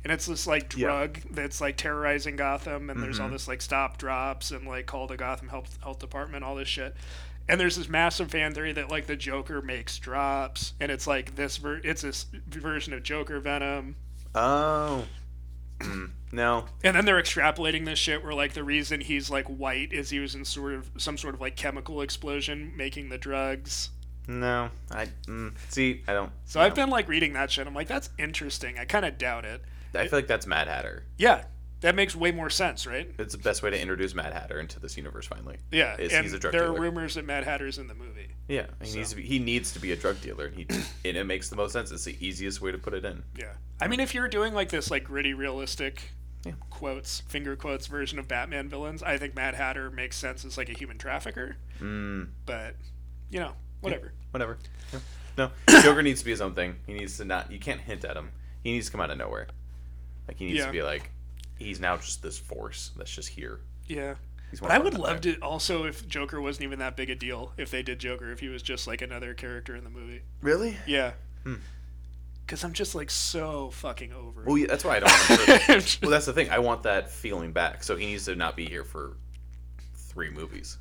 and it's this like Yeah. drug that's like terrorizing Gotham, and there's all this like stop drops and like call the Gotham Health Health Department, all this shit. And there's this massive fan theory that like the Joker makes drops, and it's like this ver- it's this version of Joker venom, Oh. Mm. no. and then they're extrapolating this shit where like the reason he's like white is he was in sort of some sort of like chemical explosion making the drugs. No. I mm, see. I don't. So I've been like reading that shit. I'm like, that's interesting. I kind of doubt it. I feel like that's Mad Hatter. Yeah, that makes way more sense, right? It's the best way to introduce Mad Hatter into this universe finally. Yeah, Is- and he's a drug there are dealer. rumors that Mad Hatter's in the movie. Yeah, he needs to be. He needs to be a drug dealer. He and it makes the most sense. It's the easiest way to put it in. Yeah, I mean, if you're doing like this like gritty, realistic Yeah. quotes, finger quotes version of Batman villains, I think Mad Hatter makes sense as like a human trafficker. Mm, But you know, whatever. whatever. Yeah. No, Joker needs to be his own thing. He needs to not. You can't hint at him. He needs to come out of nowhere. Like he needs Yeah. to be like, he's now just this force that's just here. Yeah. He's But I would love to also if Joker wasn't even that big a deal if they did Joker if he was just like another character in the movie. Really? Yeah. Hmm. Cuz I'm just like so fucking over. it. Well, yeah, that's why I don't. Want him I'm just- well, that's the thing. I want that feeling back. So he needs to not be here for three movies.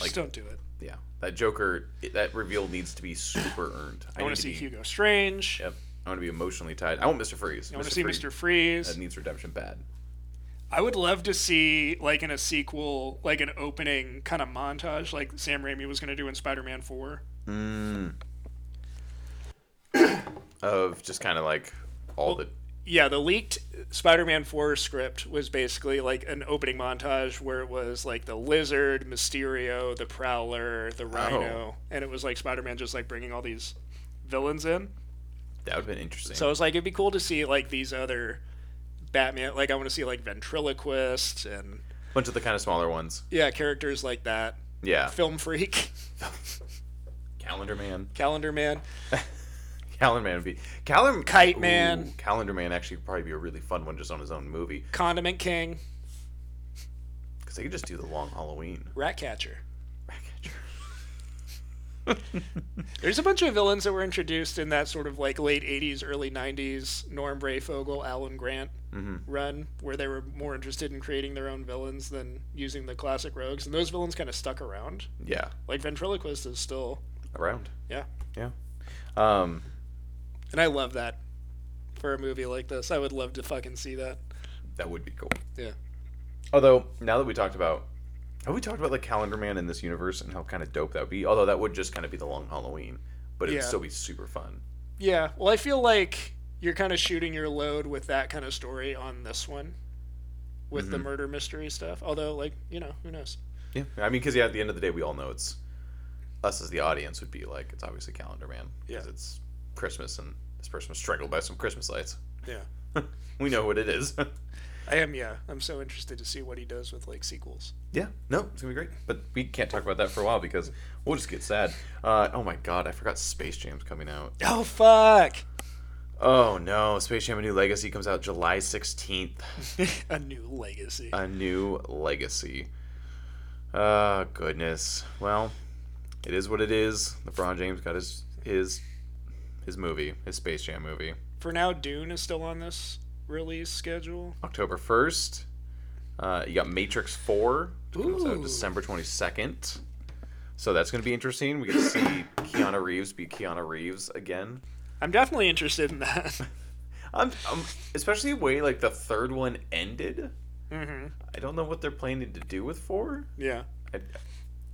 like- just don't do it. Yeah, that Joker, that reveal needs to be super earned. I want need to see be- Hugo Strange. Yep. I want to be emotionally tied. I want Mr. Freeze. I want to see Mr. Freeze. That needs redemption bad. I would love to see like in a sequel, like an opening kind of montage like Sam Raimi was going to do in Spider-Man 4. Of just kind of like all the. Yeah, the leaked Spider-Man 4 script was basically like an opening montage where it was like the Lizard, Mysterio, the Prowler, the Rhino, and it was like Spider-Man just like bringing all these villains in. That would have been interesting. So I was like, it'd be cool to see like these other Batman. Like I want to see like Ventriloquist and a bunch of the kind of smaller ones. yeah, characters like that. Yeah. Film Freak, Calendar Man. Calendar Man. Calendar Man would be. Calendar Kite Man. Calendar Man actually would probably be a really fun one just on his own movie. Condiment King, Because they could just do the long Halloween. Ratcatcher. There's a bunch of villains that were introduced in that sort of like late 80s, early 90s Norm Brayfogle, Alan Grant run, where they were more interested in creating their own villains than using the classic rogues. And those villains kind of stuck around. yeah. Like Ventriloquist is still, Around. yeah. Yeah. Um, And I love that for a movie like this. I would love to fucking see that. that would be cool. Yeah. Although now that we talked about, have we talked about like Calendar Man in this universe and how kind of dope that would be? Although that would just kind of be the long Halloween, but it would Yeah. still be super fun. Yeah. Well, I feel like you're kind of shooting your load with that kind of story on this one with the murder mystery stuff. Although, like, you know, who knows? Yeah, I mean, because yeah, at the end of the day, we all know it's us as the audience would be like it's obviously Calendar Man because Yeah. it's Christmas and this person was strangled by some Christmas lights. Yeah. we know what it is. I am, yeah. I'm so interested to see what he does with like sequels. yeah, no, it's gonna be great, but we can't talk about that for a while because we'll just get sad. Uh, oh my God, I forgot Space Jam's coming out. Oh fuck! Oh no, Space Jam: A New Legacy comes out July sixteenth. a new legacy. a new legacy. Ah, goodness. Well, it is what it is. LeBron James got his his his movie, his Space Jam movie. For now, Dune is still on this release schedule. October 1st. Uh, you got Matrix 4, which comes out Ooh. December 22nd. So that's going to be interesting. We get to see Keanu Reeves be Keanu Reeves again. I'm definitely interested in that. I'm, I'm especially the way like the third one ended. hmm I don't know what they're planning to do with 4. Yeah. I,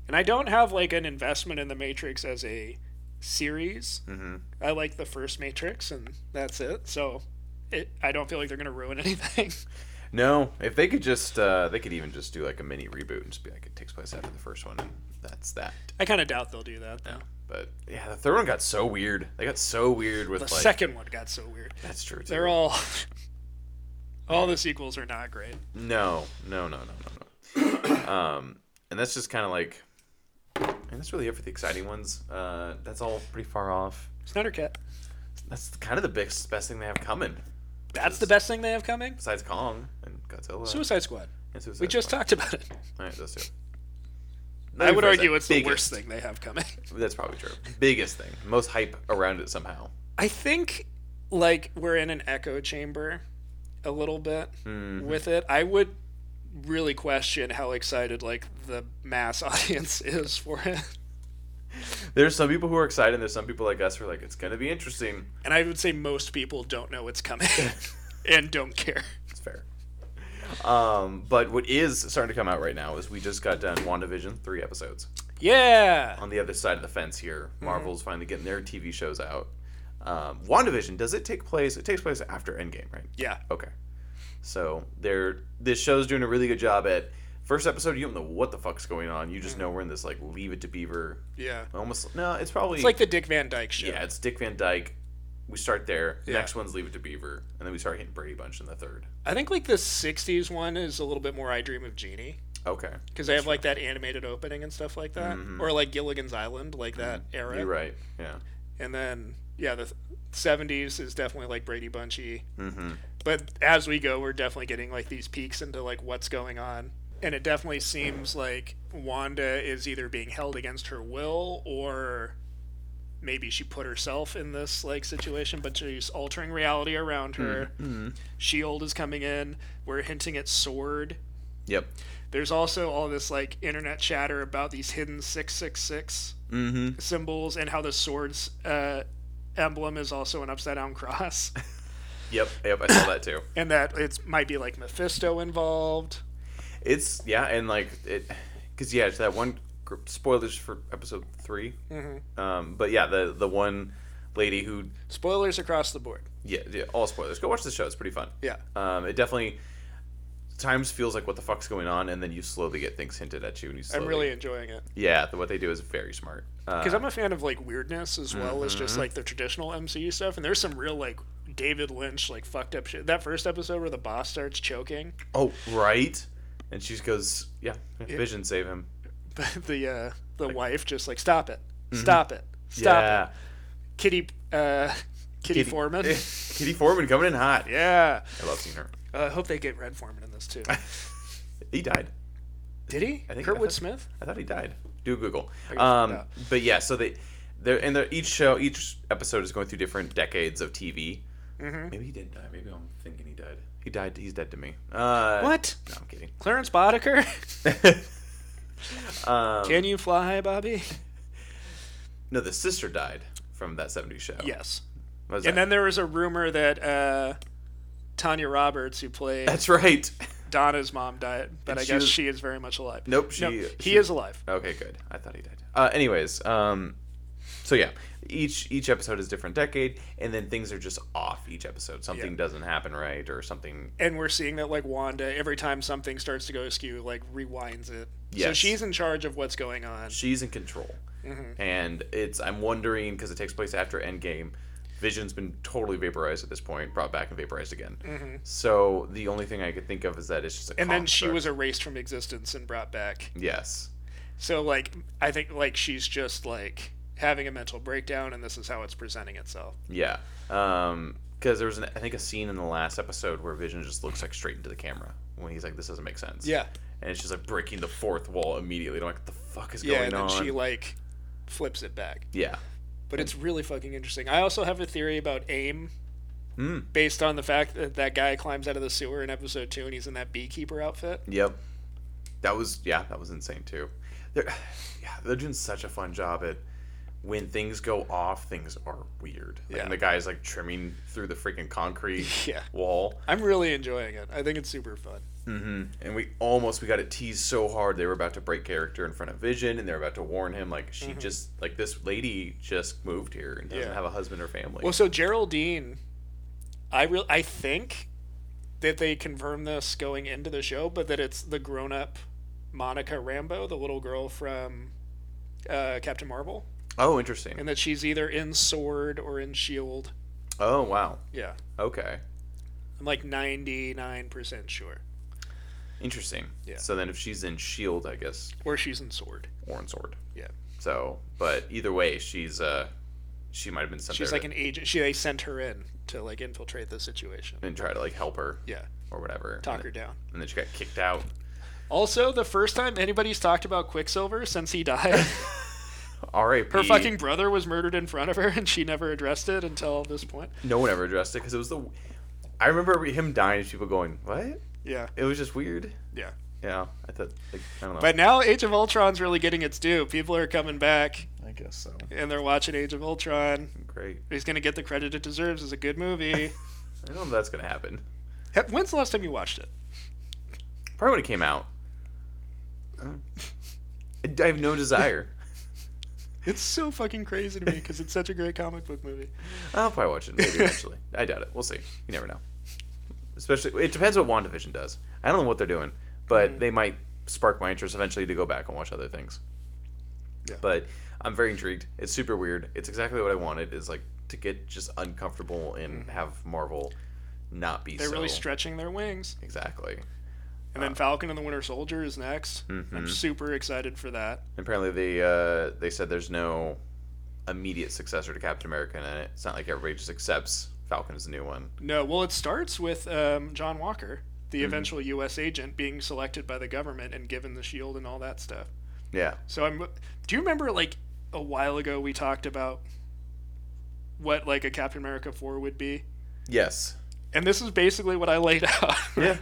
And I don't have like an investment in the Matrix as a series. mhm. I like the first Matrix, and that's it. So, it, I don't feel like they're gonna ruin anything. No, if they could just uh, they could even just do like a mini reboot and just be like it takes place after the first one and that's that. I kind of doubt they'll do that. Though. But yeah, the third one got so weird. They got so weird with The like second one got so weird. that's true. Too. They're all, all the sequels are not great. No, no, no, no, no, no. um, and that's just kind of like, and that's really it for the exciting ones. Uh, that's all pretty far off. Snyder Cut. That's kind of the best best thing they have coming That's the best thing they have coming. besides Kong and Godzilla. Suicide Squad. and Suicide We just Squad. talked about it. All right, those two. I would Maybe argue it's the biggest- worst thing they have coming. That's probably true. Biggest thing, most hype around it somehow. I think like we're in an echo chamber a little bit Mhm. with it. I would really question how excited like the mass audience is for it. There's some people who are excited. There's some people like us who are like, it's gonna be interesting. And I would say most people don't know it's coming and don't care. It's fair. Um, but what is starting to come out right now is we just got done WandaVision three episodes. Yeah. on the other side of the fence here. Mm. Marvel's finally getting their TV shows out. Um, WandaVision, does it take place? It takes place after Endgame, right? Yeah. Okay. So they're this show's doing a really good job at first episode. You don't know what the fuck's going on. You Mm. just know we're in this like Leave It to Beaver. Yeah. Almost no, it's probably It's like the Dick Van Dyke show. yeah, it's Dick Van Dyke. We start there. Yeah. Next one's Leave It to Beaver, and then we start hitting Brady Bunch in the third. I think like the 60s one is a little bit more I Dream of Jeannie. Okay, because they have like that animated opening and stuff like that, Mhm. or like Gilligan's Island, like that era. Mm-hmm. you're right. Yeah. And then yeah, the seventies is definitely like Brady Bunchy. Mm-hmm. But as we go, we're definitely getting like these peeks into like what's going on, and it definitely seems like Wanda is either being held against her will or maybe she put herself in this like situation but she's altering reality around her Mm-hmm. shield is coming in we're hinting at sword Yep. there's also all this like internet chatter about these hidden 666 Mm-hmm. symbols and how the sword's uh, emblem is also an upside down cross Yep. Yep. I saw that too. and that it might be like mephisto involved It's yeah, and like it, because yeah, it's that one gr- spoilers for episode 3 Um, but yeah, the the one lady who spoilers across the board yeah, yeah, all spoilers. Go watch the show; it's pretty fun. yeah Um, it definitely times feels like what the fuck's going on, and then you slowly get things hinted at you, and you slowly i'm really enjoying it yeah. The, what they do is very smart. Uh, mm-hmm. because i'm a fan of like weirdness as well as just like the traditional mcu stuff and there's some real like david lynch like fucked up shit that first episode where the boss starts choking oh right, and she goes yeah, Vision save him. but the uh the wife just like stop it stop it stop it Mm-hmm. yeah, Kitty uh, Kitty, Foreman. Kitty Foreman coming in hot. yeah. I love seeing her. Uh, I hope they get Red Foreman in this too. He died. Did he? I think- I Kurtwood thought- Smith? I thought he died. Do a Google. I gotta Um, find out. but yeah, so they, they're and they're, each show, each episode is going through different decades of TV. Mhm. Maybe he didn't die. Maybe I'm thinking he died. He died. He's dead to me. Uh, What? No, I'm kidding. Clarence Boddicker? um, Can you fly, Bobby? no, the sister died from that '70s show. Yes. What was And that? then there was a rumor that uh, Tanya Roberts, who played that's right. Donna's mom, died, but And I she guess was- she is very much alive. Nope, she- No, she- he is alive. Okay, good. I thought he died. Uh, anyways, um, so yeah, each each episode is different decade, and then things are just off each episode. Something Yeah. doesn't happen right, or something and we're seeing that like Wanda, every time something starts to go askew, like rewinds it. So Yes. she's in charge of what's going on. she's in control Mm-hmm. and it's i'm wondering because it takes place after endgame vision's been totally vaporized at this point brought back and vaporized again so the only thing i could think of is that it's just a Mm-hmm. And then she construct. was erased from existence and brought back. yes So like I think like she's just like having a mental breakdown and this is how it's presenting itself. yeah um because there was an, i think a scene in the last episode where vision just looks like straight into the camera when he's like this doesn't make sense and it's just like breaking the fourth wall immediately I'm like what the fuck is Yeah, going and then on she like flips it back. yeah But it's really fucking interesting. I also have a theory about aim Hmm. based on the fact that that guy climbs out of the sewer in episode two and he's in that beekeeper outfit. Yep. That was yeah, that was insane too. They're yeah, they're doing such a fun job at when things go off, things are weird. Like, Yeah. And the guy's like trimming through the freaking concrete Yeah. wall. I'm really enjoying it. I think it's super fun. hmm And we almost we got it teased so hard they were about to break character in front of Vision, and they're about to warn him like she just like this lady just moved here and doesn't Mm-hmm. Yeah. have a husband or family. Well, so Geraldine, I real I think that they confirmed this going into the show, but that it's the grown up Monica Rambo, the little girl from uh, Captain Marvel, oh, interesting. and that she's either in Sword or in Shield. oh, wow. Yeah, Okay. I'm like 99% sure, Interesting. Yeah. So then if she's in Shield, I guess or she's in Sword. or in Sword. Yeah, So, but either way, she's uh, she might have been sent she's there like an agent. She they sent her in to like infiltrate the situation. and try to like help her Yeah, or whatever. talk and, her then, down. and then she got kicked out. Also, the first time anybody's talked about Quicksilver since he died. R.A.P. Her fucking brother was murdered in front of her, and she never addressed it until this point. No one ever addressed it because it was the. I remember him dying and people going, "What?" Yeah, It was just weird. yeah. Yeah, I thought like I don't know. But now Age of Ultron's really getting its due. People are coming back, I guess so. and they're watching Age of Ultron. Great. He's gonna get the credit it deserves. It's a good movie. I don't know if that's gonna happen. Hep- When's the last time you watched it? Probably when it came out. Uh, I have no desire. It's so fucking crazy to me because it's such a great comic book movie. I'll probably watch it maybe eventually. I doubt it. We'll see. You never know. Especially, it depends what WandaVision does. I don't know what they're doing, but Mm. they might spark my interest eventually to go back and watch other things. Yeah. But I'm very intrigued. It's super weird. It's exactly what I wanted. Is like to get just uncomfortable and have Marvel not be. Mm. They're so. really stretching their wings. Exactly. And then Falcon and the Winter Soldier is next. I'm Mhm. super excited for that. Apparently they uh, they said there's no immediate successor to Captain America, and it. it's not like everybody just accepts Falcon as the new one. No, well, it starts with um, John Walker, the eventual U.S. agent, being selected by the government and given the shield and all that stuff. Yeah. So I'm. Do you remember like a while ago we talked about what like a Captain America four would be, Yes. and this is basically what I laid out. Yeah.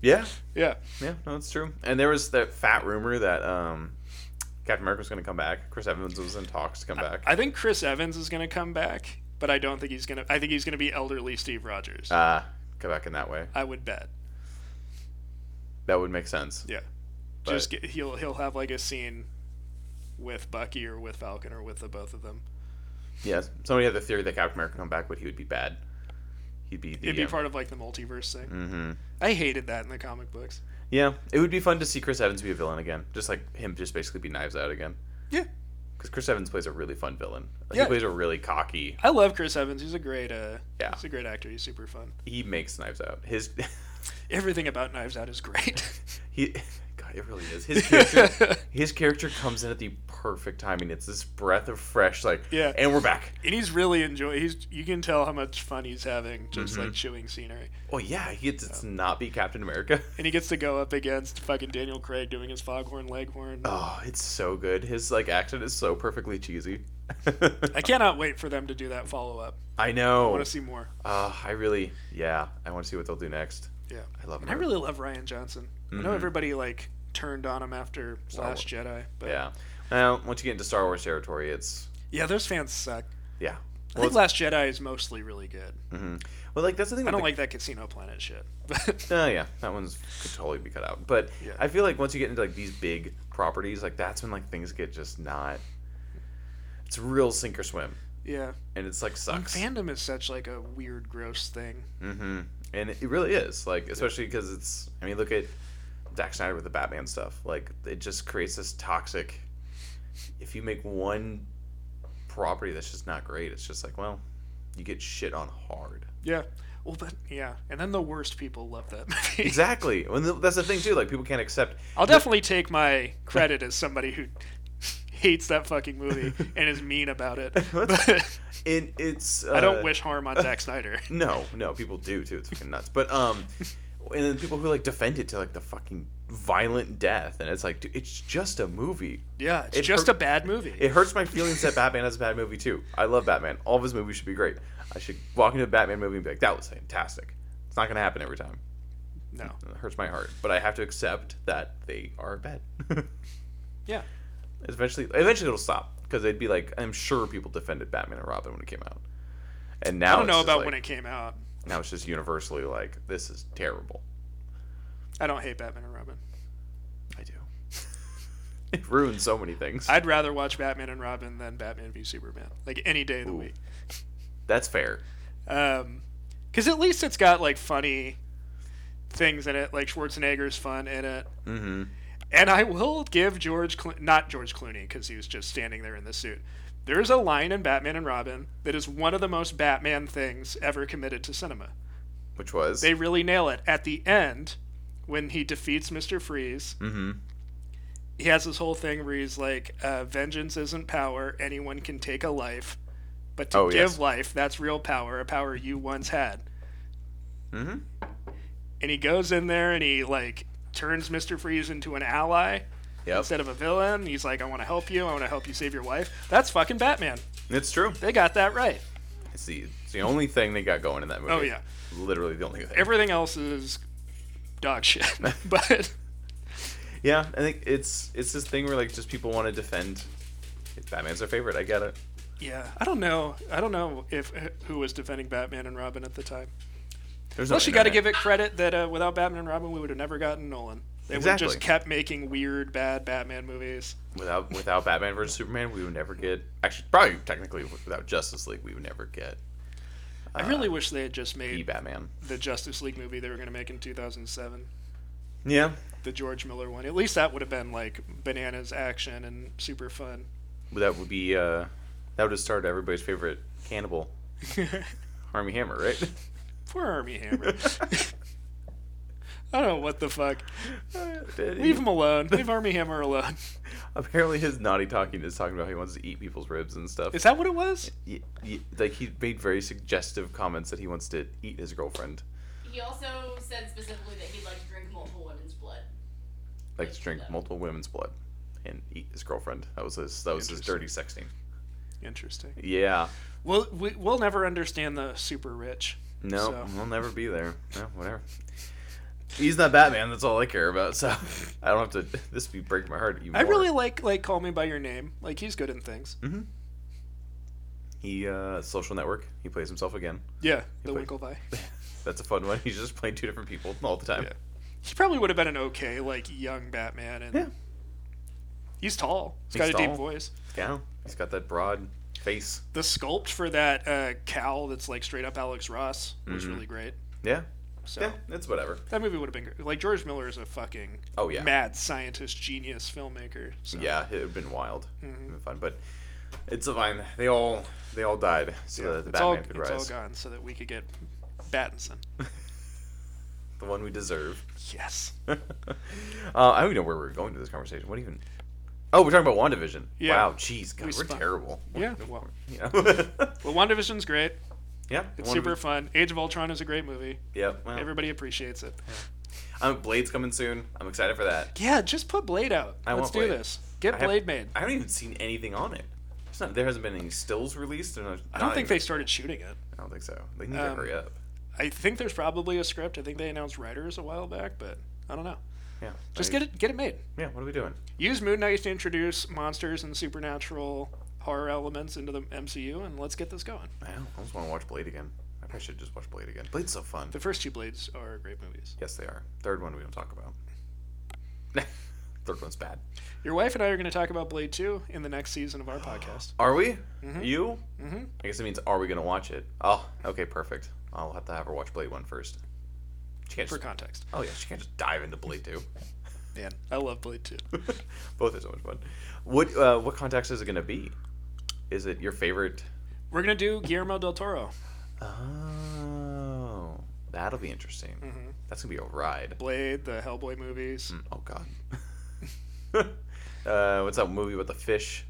Yeah. yeah. Yeah, no, it's true. And there was that fat rumor that um, Captain America was going to come back. Chris Evans was in talks to come back. I think Chris Evans is gonna come back, but I don't think he's gonna. I think he's gonna be elderly Steve Rogers. Uh, come back in that way. I would bet. That would make sense. Yeah. But- Just get, he'll he'll have like a scene with Bucky or with Falcon or with the both of them. Yeah. Somebody had the theory that Captain America come back, but he would be bad. He'd be the. uh, It'd be part of like the multiverse thing. hmm I hated that in the comic books. Yeah, it would be fun to see Chris Evans be a villain again, just like him, just basically be Knives Out again. Yeah. Because Chris Evans plays a really fun villain. Like, Yeah. He plays a really cocky. I love Chris Evans. He's a great uh Yeah. he's a great actor. He's super fun. He makes Knives Out. His. Everything about Knives Out is great. He, God, it really is. His character, his character comes in at the perfect timing. It's this breath of fresh, like, Yeah. and we're back. and he's really enjoying he's you can tell how much fun he's having just like chewing scenery. Oh yeah, he gets to not be Captain America. And he gets to go up against fucking Daniel Craig doing his foghorn leghorn. Oh, it's so good. His like accent is so perfectly cheesy. I cannot wait for them to do that follow up. I I know. want to see more. Uh, I really, yeah, I want to see what they'll do next. Yeah. I love him. And I really love Ryan Johnson. I know Mhm. everybody like turned on him after Last Jedi, but yeah. yeah. Now, once you get into Star Wars territory, it's those fans suck. yeah. I Well, think Last Jedi is mostly really good. mhm. well, like that's the thing. I with don't the- like that Casino Planet shit. But Oh yeah, that one's could totally be cut out. But Yeah. I feel like once you get into like these big properties, like that's when like things get just not. It's real sink or swim, yeah, and it's like And sucks. fandom is such like a weird, gross thing. hmm And it really is like, especially because it's. I mean, look at Zack Snyder with the Batman stuff. Like it just creates this toxic. If you make one property that's just not great, it's just like well, you get shit on hard. Yeah. Well, but yeah, and then the worst people love that movie. Exactly. And th- that's the thing too. Like people can't accept. I'll definitely take my credit as somebody who hates that fucking movie and is mean about it. But And it's. Uh, I don't wish harm on Zack Snyder. No, no, people do too. It's fucking nuts. But um, and then people who like defend it to like the fucking violent death, and it's like, dude, it's just a movie. Yeah, it's It just hurt- a bad movie. It hurts my feelings that Batman has a bad movie too. I love Batman. All of his movies should be great. I should walk into a Batman movie and be like, "That was fantastic." It's not gonna happen every time. no. It hurts my heart, but I have to accept that they are bad. Yeah. eventually, eventually it'll stop because they'd be like, I'm sure people defended Batman and Robin when it came out, and now I don't it's know just about like- when it came out. now it's just universally like this is terrible. I don't hate Batman and Robin. I do. it ruins so many things. I'd rather watch Batman and Robin than Batman v Superman, like any day of the Ooh. week. That's fair. Um 'cause because at least it's got like funny things in it, like Schwarzenegger's fun in it. Mm-hmm. And I will give George, Clo- not George Clooney, because he was just standing there in the suit. There is a line in Batman and Robin that is one of the most Batman things ever committed to cinema. Which was They really nail it at the end when he defeats Mister Freeze. mm-hmm. He has this whole thing where he's like, uh, "Vengeance isn't power; anyone can take a life, but to Oh, give yes. life—that's real power, a power you once had." Mm-hmm. and he goes in there and he like turns Mr. Freeze into an ally Yep. instead of a villain. He's like, I want to help you. I want to help you save your wife. That's fucking Batman. It's true. They got that right. It's the it's the only thing they got going in that movie. Oh yeah. literally the only thing. Everything else is dog shit. but yeah, I think it's it's this thing where like just people want to defend. Batman's their favorite. I get it. yeah, I don't know. I don't know if uh, who was defending Batman and Robin at the time. There's no Plus, you got to give internet. it credit that uh, without Batman and Robin, we would have never gotten Nolan. They would have Exactly. just kept making weird, bad Batman movies. without without Batman versus Superman, we would never get. Actually, probably technically without Justice League, we would never get I really wish they had just made the Batman. the Justice League movie they were going to make in 2007. Yeah, the George Miller one. At least that would have been like bananas action and super fun. that would be uh, that would have started everybody's favorite cannibal, Army Hammer, right? Poor Army Hammer. I don't know what the fuck. Leave him alone. Leave Army Hammer alone. Apparently, his naughty talking is talking about how he wants to eat people's ribs and stuff. Is that what it was? Y- y- like he made very suggestive comments that he wants to eat his girlfriend, He also said specifically that he'd like to drink multiple women's blood. like to drink multiple women's blood, and eat his girlfriend. That was his. That was his dirty sexting. Interesting. Yeah. Well, we, we'll never understand the super rich. No, So- we'll never be there. No, whatever. He's not Batman. That's all I care about. So I don't have to. This be break my heart. Even more. I Mm-hmm. really like like Call Me by Your Name. Like he's good in things. He uh, social network. He plays himself again. Yeah, the played- Winklevi. That's a fun one. He's just playing two different people all the time. Yeah. He probably would have been an okay like young Batman. And Yeah. he's tall. he's He's got a tall. deep voice. Yeah, He's got that broad face. the sculpt for that uh, cow that's like straight up Alex Ross was really great. Yeah. So Mm-hmm. Yeah. It's whatever. that movie would have been great. Like George Miller is a fucking Oh yeah. mad scientist genius filmmaker. So. Yeah. It would have been wild. Mm-hmm. It'd been fun, but it's a fine. They all they all died so Yeah. that the it's all, Batman could it's all rise. gone so that we could get Battinson. The one we deserve. Yes. Uh, I don't even know where we're going to this conversation. What even? Oh, we're talking about WandaVision. Yeah. Wow, jeez, God, we We are spun- terrible. Yeah. Well, You know? well, WandaVision's great. yeah, It's WandaVision- super fun. Age of Ultron is a great movie. Yeah, well, Everybody appreciates it. um, Blade's coming soon. I'm excited for that. Yeah, just put Blade out. I Let's want do Blade. this. Get I have- Blade made. I haven't even seen anything on it. There's not, there hasn't been any stills released. And I don't think they started shooting it. I don't think so. They need to Um, hurry up. I think there's probably a script. I think they announced writers a while back, but I don't know. Yeah. Just like- get it get it made. Yeah. What are we doing? Use Moon Knight to introduce monsters and supernatural horror elements into the MCU, and let's get this going. I don't. I just want to watch Blade again. I probably should just watch Blade again. Blade's so fun. The first two Blades are great movies. Yes, they are. Third one we don't talk about. Third one's bad. Your wife and I are going to talk about Blade 2 in the next season of our podcast. Are we? You? Mm-hmm. I guess it means are we going to watch it? Oh, okay, perfect. I'll have to have her watch Blade One first. She can't. For Just, context. oh yeah, she can't just dive into Blade Two. Man, I love Blade 2. Both are so much fun. What uh, what context is it going to be? Is it your favorite? We're going to do Guillermo del Toro, Oh, Mm-hmm. that'll be interesting. That's gonna be a ride. Blade, the Hellboy movies. Oh God. uh, what's that movie with the fish?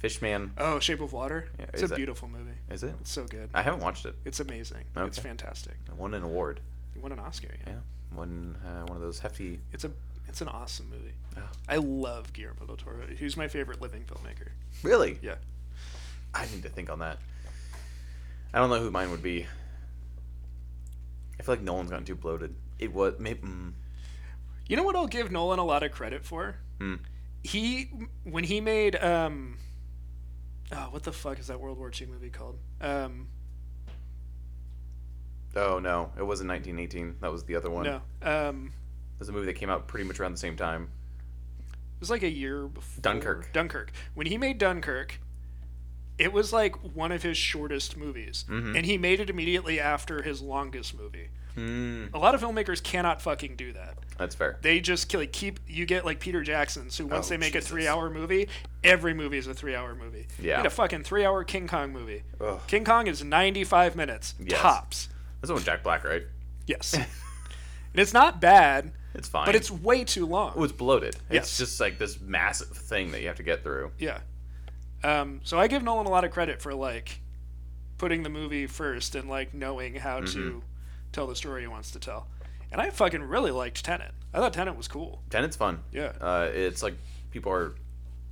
Fishman? Oh, Shape of Water. Yeah, it's is a that- beautiful movie. Is it? It's so good. I haven't watched it. It's amazing. It's Okay. fantastic. I won an award. You won an Oscar. Yeah. Yeah, won uh, one of those hefty It's a It's an awesome movie. Ah. I love Guillermo del Toro. He's my favorite living filmmaker. Really? Yeah. I need to think on that. I don't know who mine would be. I feel like no one's gotten too bloated. It was maybe. Mm, You know what I'll give Nolan a lot of credit for? Hmm. He when he made um oh, what the fuck is that World War II movie called? Um oh no, it wasn't 1918. That was the other one. no. Um It was a movie that came out pretty much around the same time. it was like a year before Dunkirk. Dunkirk. When he made Dunkirk, it was like one of his shortest movies. Mhm. And he made it immediately after his longest movie. Mm, A lot of filmmakers cannot fucking do that. that's fair. They just like keep you get like Peter Jackson's who once Oh, they make Jesus. a three hour movie, every movie is a three hour movie. Yeah. Get a fucking three hour King Kong movie. Ugh. King Kong is 95 minutes Yes. tops. That's the one with Jack Black, right? Yes. and it's not bad, It's fine. but it's way too long. oh, it's bloated. It's Yes. just like this massive thing that you have to get through. yeah. Um, so I give Nolan a lot of credit for like putting the movie first and like knowing how Mm-hmm. to tell the story he wants to tell. And I fucking really liked Tenet. I thought Tenet was cool. Tenet's fun. Yeah. Uh, it's like people are,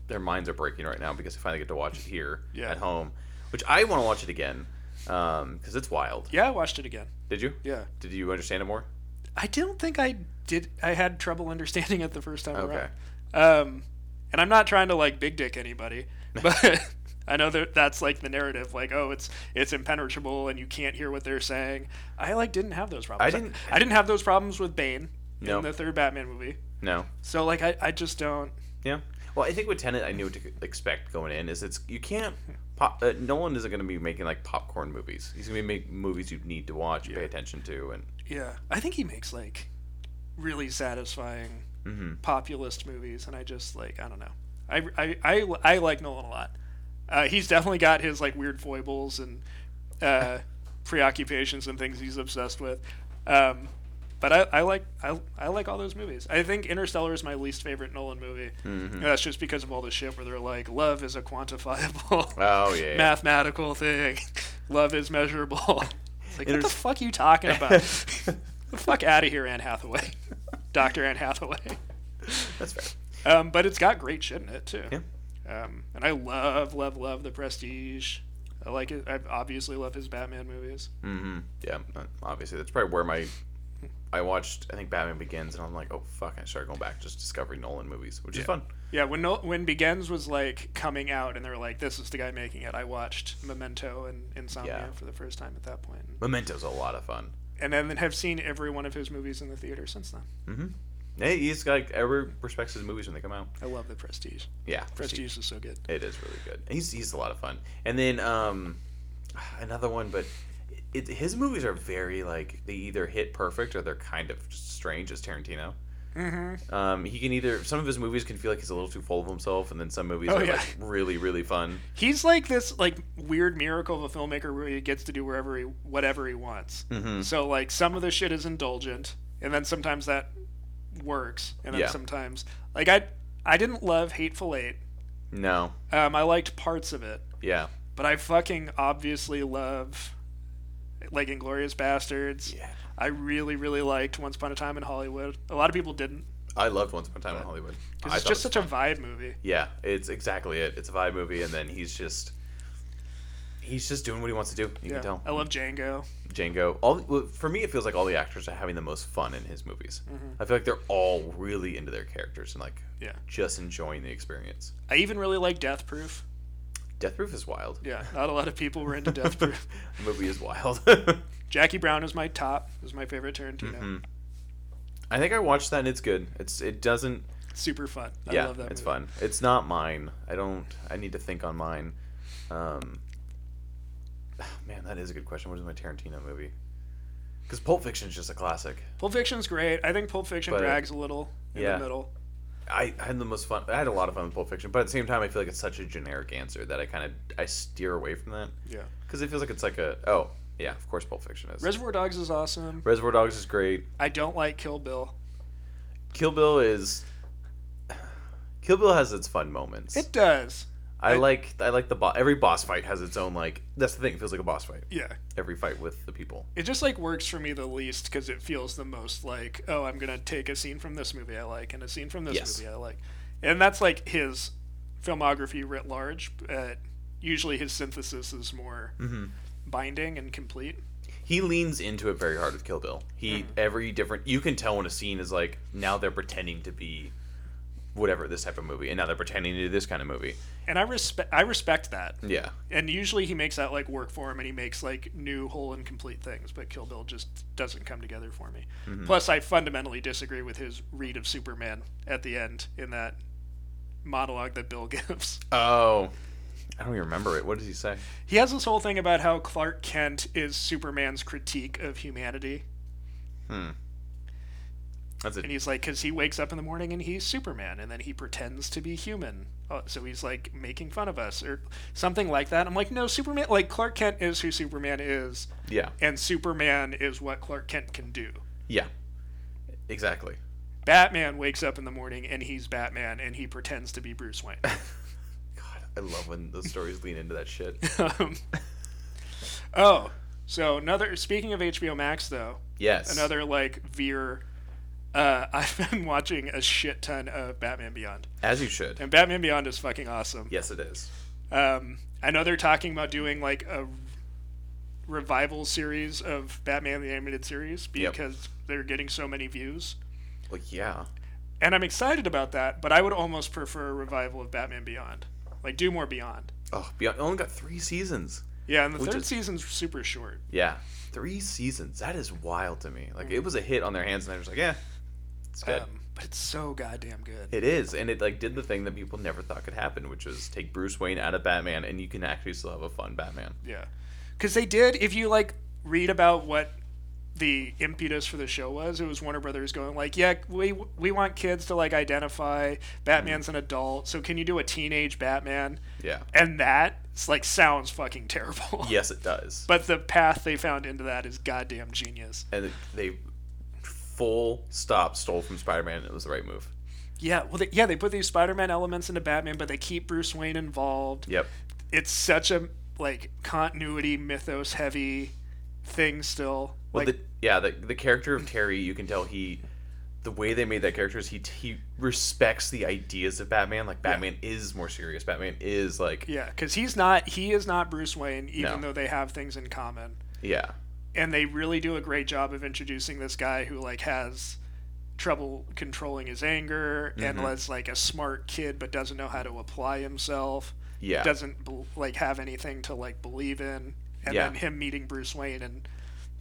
their minds are breaking right now because they finally get to watch it here Yeah. at home, which I want to watch it again because it's wild. Yeah, I watched it again. Did you? Yeah. Did you understand it more? I don't think I did. I had trouble understanding it the first time Okay. around. Um, and I'm not trying to like big dick anybody, but I know that that's like the narrative, like oh, it's it's impenetrable and you can't hear what they're saying. I like didn't have those problems. I didn't- I, didn't have those problems with Bane No. in the third Batman movie. No. So like I, I just don't. Yeah. Well, I think with Tenet, I knew what to expect going in. Is it's you can't. Pop, uh, Nolan isn't going to be making like popcorn movies. He's going to be making movies you need to watch, pay attention to, and Yeah, I think he makes like really satisfying Mhm. populist movies, and I just like I don't know. I I, I, I like Nolan a lot. Uh, he's definitely got his like weird foibles and uh, preoccupations and things he's obsessed with. Um, but I, I like I, I like all those movies. I think Interstellar is my least favorite Nolan movie. Mm-hmm. And that's just because of all the shit where they're like, love is a quantifiable, oh yeah, yeah. mathematical thing. Love is measurable. It's like, what Inter- the fuck are you talking about? the fuck out of here, Anne Hathaway. Dr. Anne Hathaway. that's fair. Um, but it's got great shit in it, too. Yeah. Um, and I love, love, love The Prestige. I like it. I obviously love his Batman movies. Mm-hmm. Yeah, uh, obviously that's probably where my I watched. I think Batman Begins, and I'm like, oh fuck! I started going back, just discovering Nolan movies, which is fun. Yeah, when Nol- when Begins was like coming out and they were like, this is the guy making it, I watched Memento and Insomnia Yeah. for the first time at that point. Memento's a lot of fun. And then have seen every one of his movies in the theater since then. Hey, he's like everyone respects his movies when they come out. I love The Prestige. Yeah, Prestige is so good. It is really good. He's he's a lot of fun. And then um, another one, but it, his movies are very like they either hit perfect or they're kind of just strange as Tarantino. Mm-hmm. Um, he can either some of his movies can feel like he's a little too full of himself, and then some movies Oh, are yeah. like really really fun. He's like this like weird miracle of a filmmaker where he gets to do wherever he whatever he wants. Hmm. Mm. So like some of the shit is indulgent, and then sometimes that works, and then Yeah. sometimes like I I didn't love Hateful Eight. No, Um, I liked parts of it, yeah, but I fucking obviously love like Inglorious Bastards. Yeah. I really really liked Once Upon a Time in Hollywood. A lot of people didn't. I loved Once Upon a Time in Hollywood. 'cause I It's thought just it was- such a vibe movie. yeah, it's exactly it. It's a vibe movie, and then he's just he's just doing what he wants to do. You Yeah. can tell. I love Django. Django. All well, for me, it feels like all the actors are having the most fun in his movies. I feel like they're all really into their characters and like Mm-hmm. Yeah. just enjoying the experience. I even really like Death Proof. Death Proof is wild. Yeah, not a lot of people were into Death Proof. the movie is wild. Jackie Brown is my top. Is my favorite Tarantino. Mm-hmm. I think I watched that and it's good. It's it doesn't. Super fun. I yeah, love that. it's movie. fun. It's not mine. I don't. I need to think on mine. Um, man, that is a good question. What is my Tarantino movie? Because Pulp Fiction is just a classic. Pulp Fiction's great. I think Pulp Fiction But- drags a little in yeah. the middle. I had the most fun. I had a lot of fun with Pulp Fiction, but at the same time, I feel like it's such a generic answer that I kind of I steer away from that Yeah. because it feels like it's like a oh yeah, of course Pulp Fiction is. Reservoir Dogs is awesome. Reservoir Dogs is great. I don't like Kill Bill. Kill Bill is. Kill Bill has its fun moments. It does. I, like I like the boss. Every boss fight has its own like. That's the thing. It feels like a boss fight. Yeah. Every fight with the people. It just like works for me the least because it feels the most like, oh, I'm gonna take a scene from this movie I like and a scene from this Yes. movie I like, and that's like his filmography writ large. Uh, usually his synthesis is more Mm-hmm. binding and complete. He leans into it very hard with Kill Bill. He every different. You can tell when a scene is like now they're pretending to be whatever this type of movie, and now they're pretending to do this kind of movie. And I respect I respect that. Yeah. And usually he makes that like work for him, and he makes like new whole and complete things. But Kill Bill just doesn't come together for me. Plus, I fundamentally disagree with his read of Superman at the end in that monologue that Bill gives. Oh, I don't even remember it. What does he say? He has this whole thing about how Clark Kent is Superman's critique of humanity. That's And it. he's like, because he wakes up in the morning and he's Superman, and then he pretends to be human. Uh, So he's like making fun of us or something like that. I'm like, no, Superman, like Clark Kent is who Superman is, Yeah. and Superman is what Clark Kent can do. Yeah. Exactly. Batman wakes up in the morning and he's Batman and he pretends to be Bruce Wayne. God, I love when those stories lean into that shit. um, oh, so another, speaking of HBO Max though, Yes. another like veer. Uh, I've been watching a shit ton of Batman Beyond, As you should. and Batman Beyond is fucking awesome. Yes, it is. Um, I know they're talking about doing like a revival series of Batman the Animated Series Yep. because they're getting so many views, Well, yeah. and I'm excited about that. But I would almost prefer a revival of Batman Beyond, like do more Beyond. Oh, Beyond only got three seasons. Yeah, and the We third just- season's super short. Yeah, three seasons. That is wild to me. Like it was a hit on their hands, and they're just like, yeah, it's good. Mm. Um, but it's so goddamn good. it is, and it like did the thing that people never thought could happen, which is take Bruce Wayne out of Batman, and you can actually still have a fun Batman. Yeah. Because they did, if you like read about what the impetus for the show was, it was Warner Brothers going like, yeah, we we want kids to like identify Batman's Mm-hmm. an adult, so can you do a teenage Batman? Yeah. And that it's like sounds fucking terrible. Yes, it does. But the path they found into that is goddamn genius. and it- they full stop stole from Spider-Man. And it was the right move. Yeah, well, they, yeah, they put these Spider-Man elements into Batman, but they keep Bruce Wayne involved. Yep. It's such a like continuity mythos heavy thing still. Well, like, the, yeah, the, the character of Terry, you can tell he, the way they made that character is he he respects the ideas of Batman. Like Batman is more serious. Batman is like Yeah, because he's not he is not Bruce Wayne, even No. though they have things in common. yeah. And they really do a great job of introducing this guy who like has trouble controlling his anger Mm-hmm. and was like a smart kid but doesn't know how to apply himself. Yeah. Doesn't bel- like have anything to like believe in. And Yeah. then him meeting Bruce Wayne and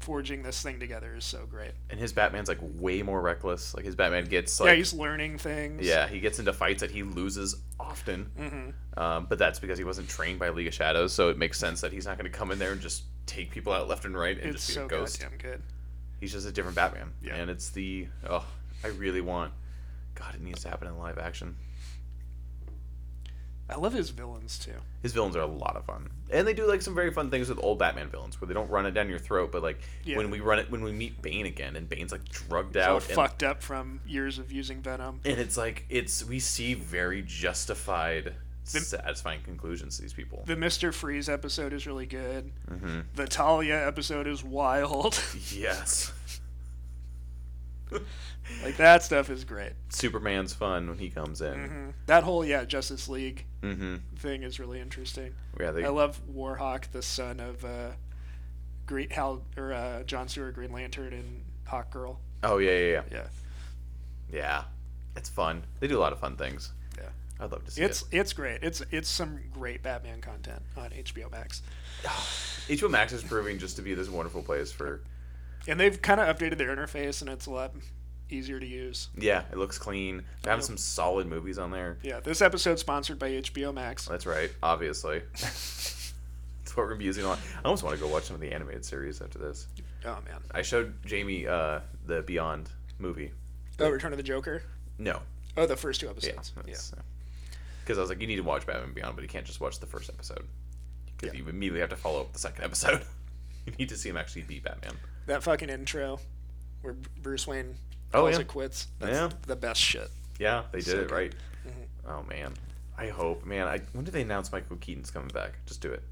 forging this thing together is so great. and his Batman's like way more reckless. Like his Batman gets Mm-hmm. yeah, like he's learning things. yeah, he gets into fights that he loses often. Mm-hmm. Um, but that's because he wasn't trained by League of Shadows, so it makes sense that he's not going to come in there and just take people out left and right and It's just be so a ghost. goddamn good. He's just a different Batman. Yeah. And it's the oh, I really want. God, it needs to happen in live action. I love his villains too. His villains are a lot of fun, and they do like some very fun things with old Batman villains, where they don't run it down your throat, but like Yeah. when we run it, when we meet Bane again, and Bane's like drugged So out, and fucked up from years of using Venom. and it's like it's we see very justified satisfying conclusions to these people Mm-hmm. The Mister Freeze episode is really good. The Talia episode is wild. yes like that stuff is great. superman's fun when he comes in Mhm. That whole yeah Justice League mm-hmm. thing is really interesting. yeah they I love Warhawk, the son of uh, Green Hal or uh, John Stewart Green Lantern and Hawk Girl. oh yeah yeah yeah Yeah, yeah it's fun they do a lot of fun things yeah. i'd love to see It's it's great. It's it's some great Batman content on HBO Max, it hbo max is proving just to be this wonderful place for and they've kind of updated their interface, and it's a lot easier to use. yeah it looks clean they Oh. have some solid movies on there Yeah, this episode's sponsored by HBO Max. that's right obviously that's what we're gonna be using a lot i almost want to go watch some of the animated series after this Oh man. i showed jamie uh the beyond movie Oh, Return of the Joker. no Oh, the first two Yeah. episodes. Yeah. Because I was like, you need to watch Batman Beyond, but you can't just watch the first episode. Because Yeah. you immediately have to follow up with the second episode. you need to see him actually beat Batman. That fucking intro where B- Bruce Wayne Oh, calls yeah. it quits. That's Yeah. the best shit. Yeah, they did So it good. right. Oh, man. I hope, man. I, when did they announce Michael Keaton's coming back? Just do it.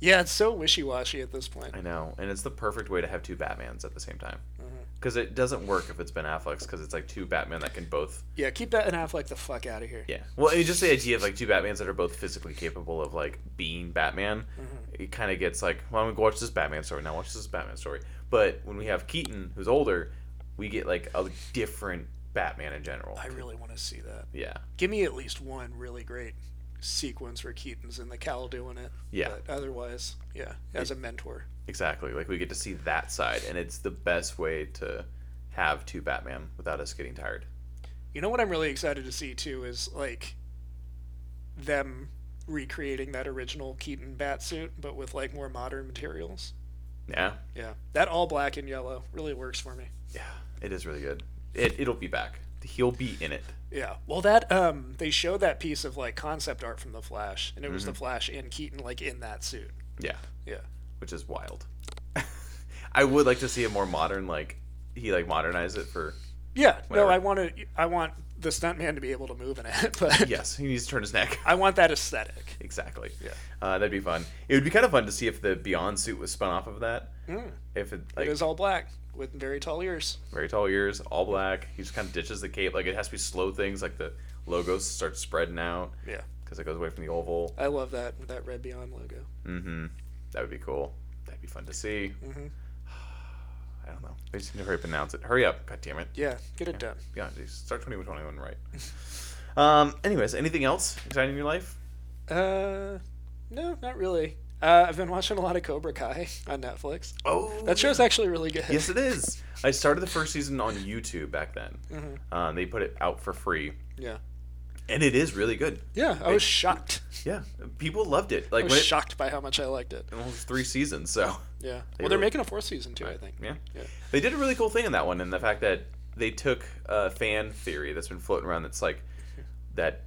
Yeah, it's so wishy washy at this point. I know, and it's the perfect way to have two Batmans at the same time, Mm-hmm. because it doesn't work if it's Ben Affleck's, because it's like two Batman that can both. Yeah, keep that and Affleck the fuck out of here. Yeah. Well, it's just the idea of like two Batmans that are both physically capable of like being Batman. It kind of gets like, well, I'm gonna go watch this Batman story now. Watch this Batman story. But when we have Keaton, who's older, we get like a different Batman in general. I really want to see that. yeah. Give me at least one really great sequence where Keaton's in the cowl doing it. Yeah. But otherwise, yeah, as a mentor. Exactly. Like we get to see that side, and it's the best way to have two Batman without us getting tired. You know what I'm really excited to see too is like them recreating that original Keaton bat suit, but with like more modern materials. Yeah. Yeah, that all black and yellow really works for me. Yeah. It is really good. It it'll be back. He'll be in it. Yeah. Well, that um, they showed that piece of like concept art from the Flash, and it was the Flash and Keaton like in that suit. Yeah. Yeah. Which is wild. I would like to see a more modern like he like modernized it for Yeah. Whatever. No, I want to. I want the stuntman to be able to move in it, but yes he needs to turn his neck I want that aesthetic. exactly Yeah. uh, that'd be fun it would be kind of fun to see if the beyond suit was spun off of that Mm. if it It Hmm, like is all black with very tall ears. very tall ears all black he just kind of ditches the cape like it has to be slow things like the logos start spreading out Yeah. because it goes away from the oval I love that with that Red Beyond logo. mm-hmm that would be cool that'd be fun to see Mhm. I don't know they just need to hurry up and announce it hurry up god damn it Yeah, get it done. yeah geez, start 2121 right um anyways anything else exciting in your life Uh, no, not really. Uh, I've been watching a lot of Cobra Kai on Netflix. oh That show's actually really good. Yes, it is. I started the first season on YouTube back then. Mm-hmm. Um, they put it out for free, Yeah. and it is really good. Yeah, I was shocked. Yeah, people loved it. I Like was when it, shocked by how much I liked it. it was three seasons, so They Yeah. Well, they're really- making a fourth season too, I think. yeah. Yeah. They did a really cool thing in that one, and the fact that they took a fan theory that's been floating around that's like that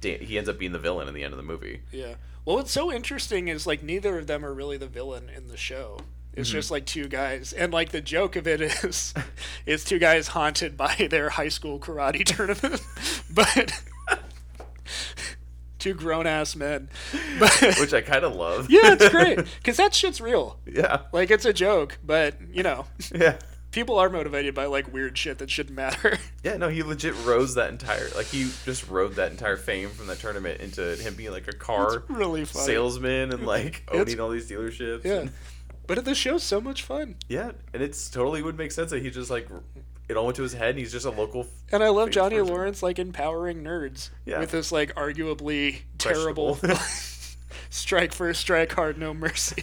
da- he ends up being the villain in the end of the movie. Yeah. Well, what's so interesting is like neither of them are really the villain in the show. It's just like two guys, and like the joke of it is, it's two guys haunted by their high school karate tournament, but two grown ass men. But Which I kind of love. yeah, it's great because that shit's real. yeah, Like it's a joke, but you know, yeah, people are motivated by like weird shit that shouldn't matter. yeah. No, he legit rose that entire like he just rode that entire fame from that tournament into him being like a car really funny. salesman and like It's- owning all these dealerships. Yeah. and, But the show's so much fun. yeah, and it's totally would make sense that he just like it all went to his head, and he's just a local. f- And I love Famous Johnny person. Lawrence like empowering nerds Yeah. with this like arguably terrible Questionable. strike first, strike hard, no mercy.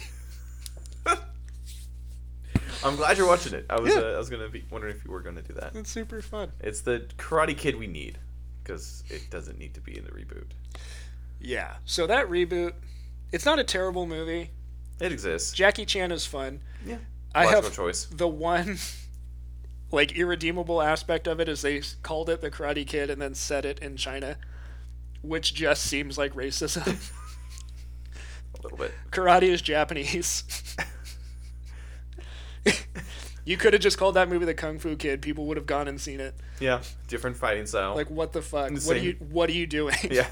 I'm glad you're watching it. I was Yeah. uh, I was gonna be wondering if you were gonna do that. It's super fun. It's the Karate Kid we need because it doesn't need to be in the reboot. Yeah. So that reboot, it's not a terrible movie. It exists. Jackie Chan is fun. Yeah, I Logical have choice. the one like irredeemable aspect of it is they s- called it the Karate Kid and then said it in China, which just seems like racism. a little bit. Karate is Japanese. you could have just called that movie the Kung Fu Kid. People would have gone and seen it. Yeah, different fighting style. Like, what the fuck? What are Same. you? What are you doing? yeah,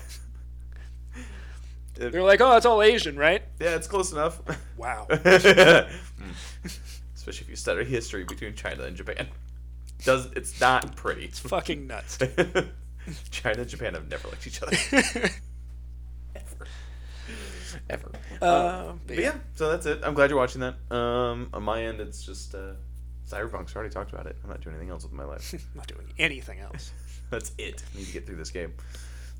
They're like, oh, it's all Asian, right? yeah, it's close enough. Wow. Mm. Especially if you study history between China and Japan. Does it's not pretty. It's fucking nuts. China and Japan have never liked each other. Ever. Ever. Um, but yeah, so that's it. I'm glad you're watching that. Um, on my end, it's just uh, Cyberpunk's already talked about it. I'm not doing anything else with my life. I'm not doing anything else. that's it. I need to get through this game.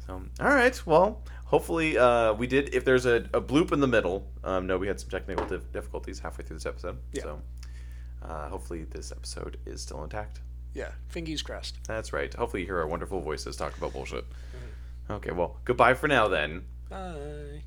So, all right. Well, hopefully, uh, we did. If there's a, a bloop in the middle, um, no, we had some technical dif- difficulties halfway through this episode. Yeah. So, uh, hopefully, this episode is still intact. Yeah, fingers crossed. That's right. Hopefully, you hear our wonderful voices talk about bullshit. Okay. Well, goodbye for now then. Bye.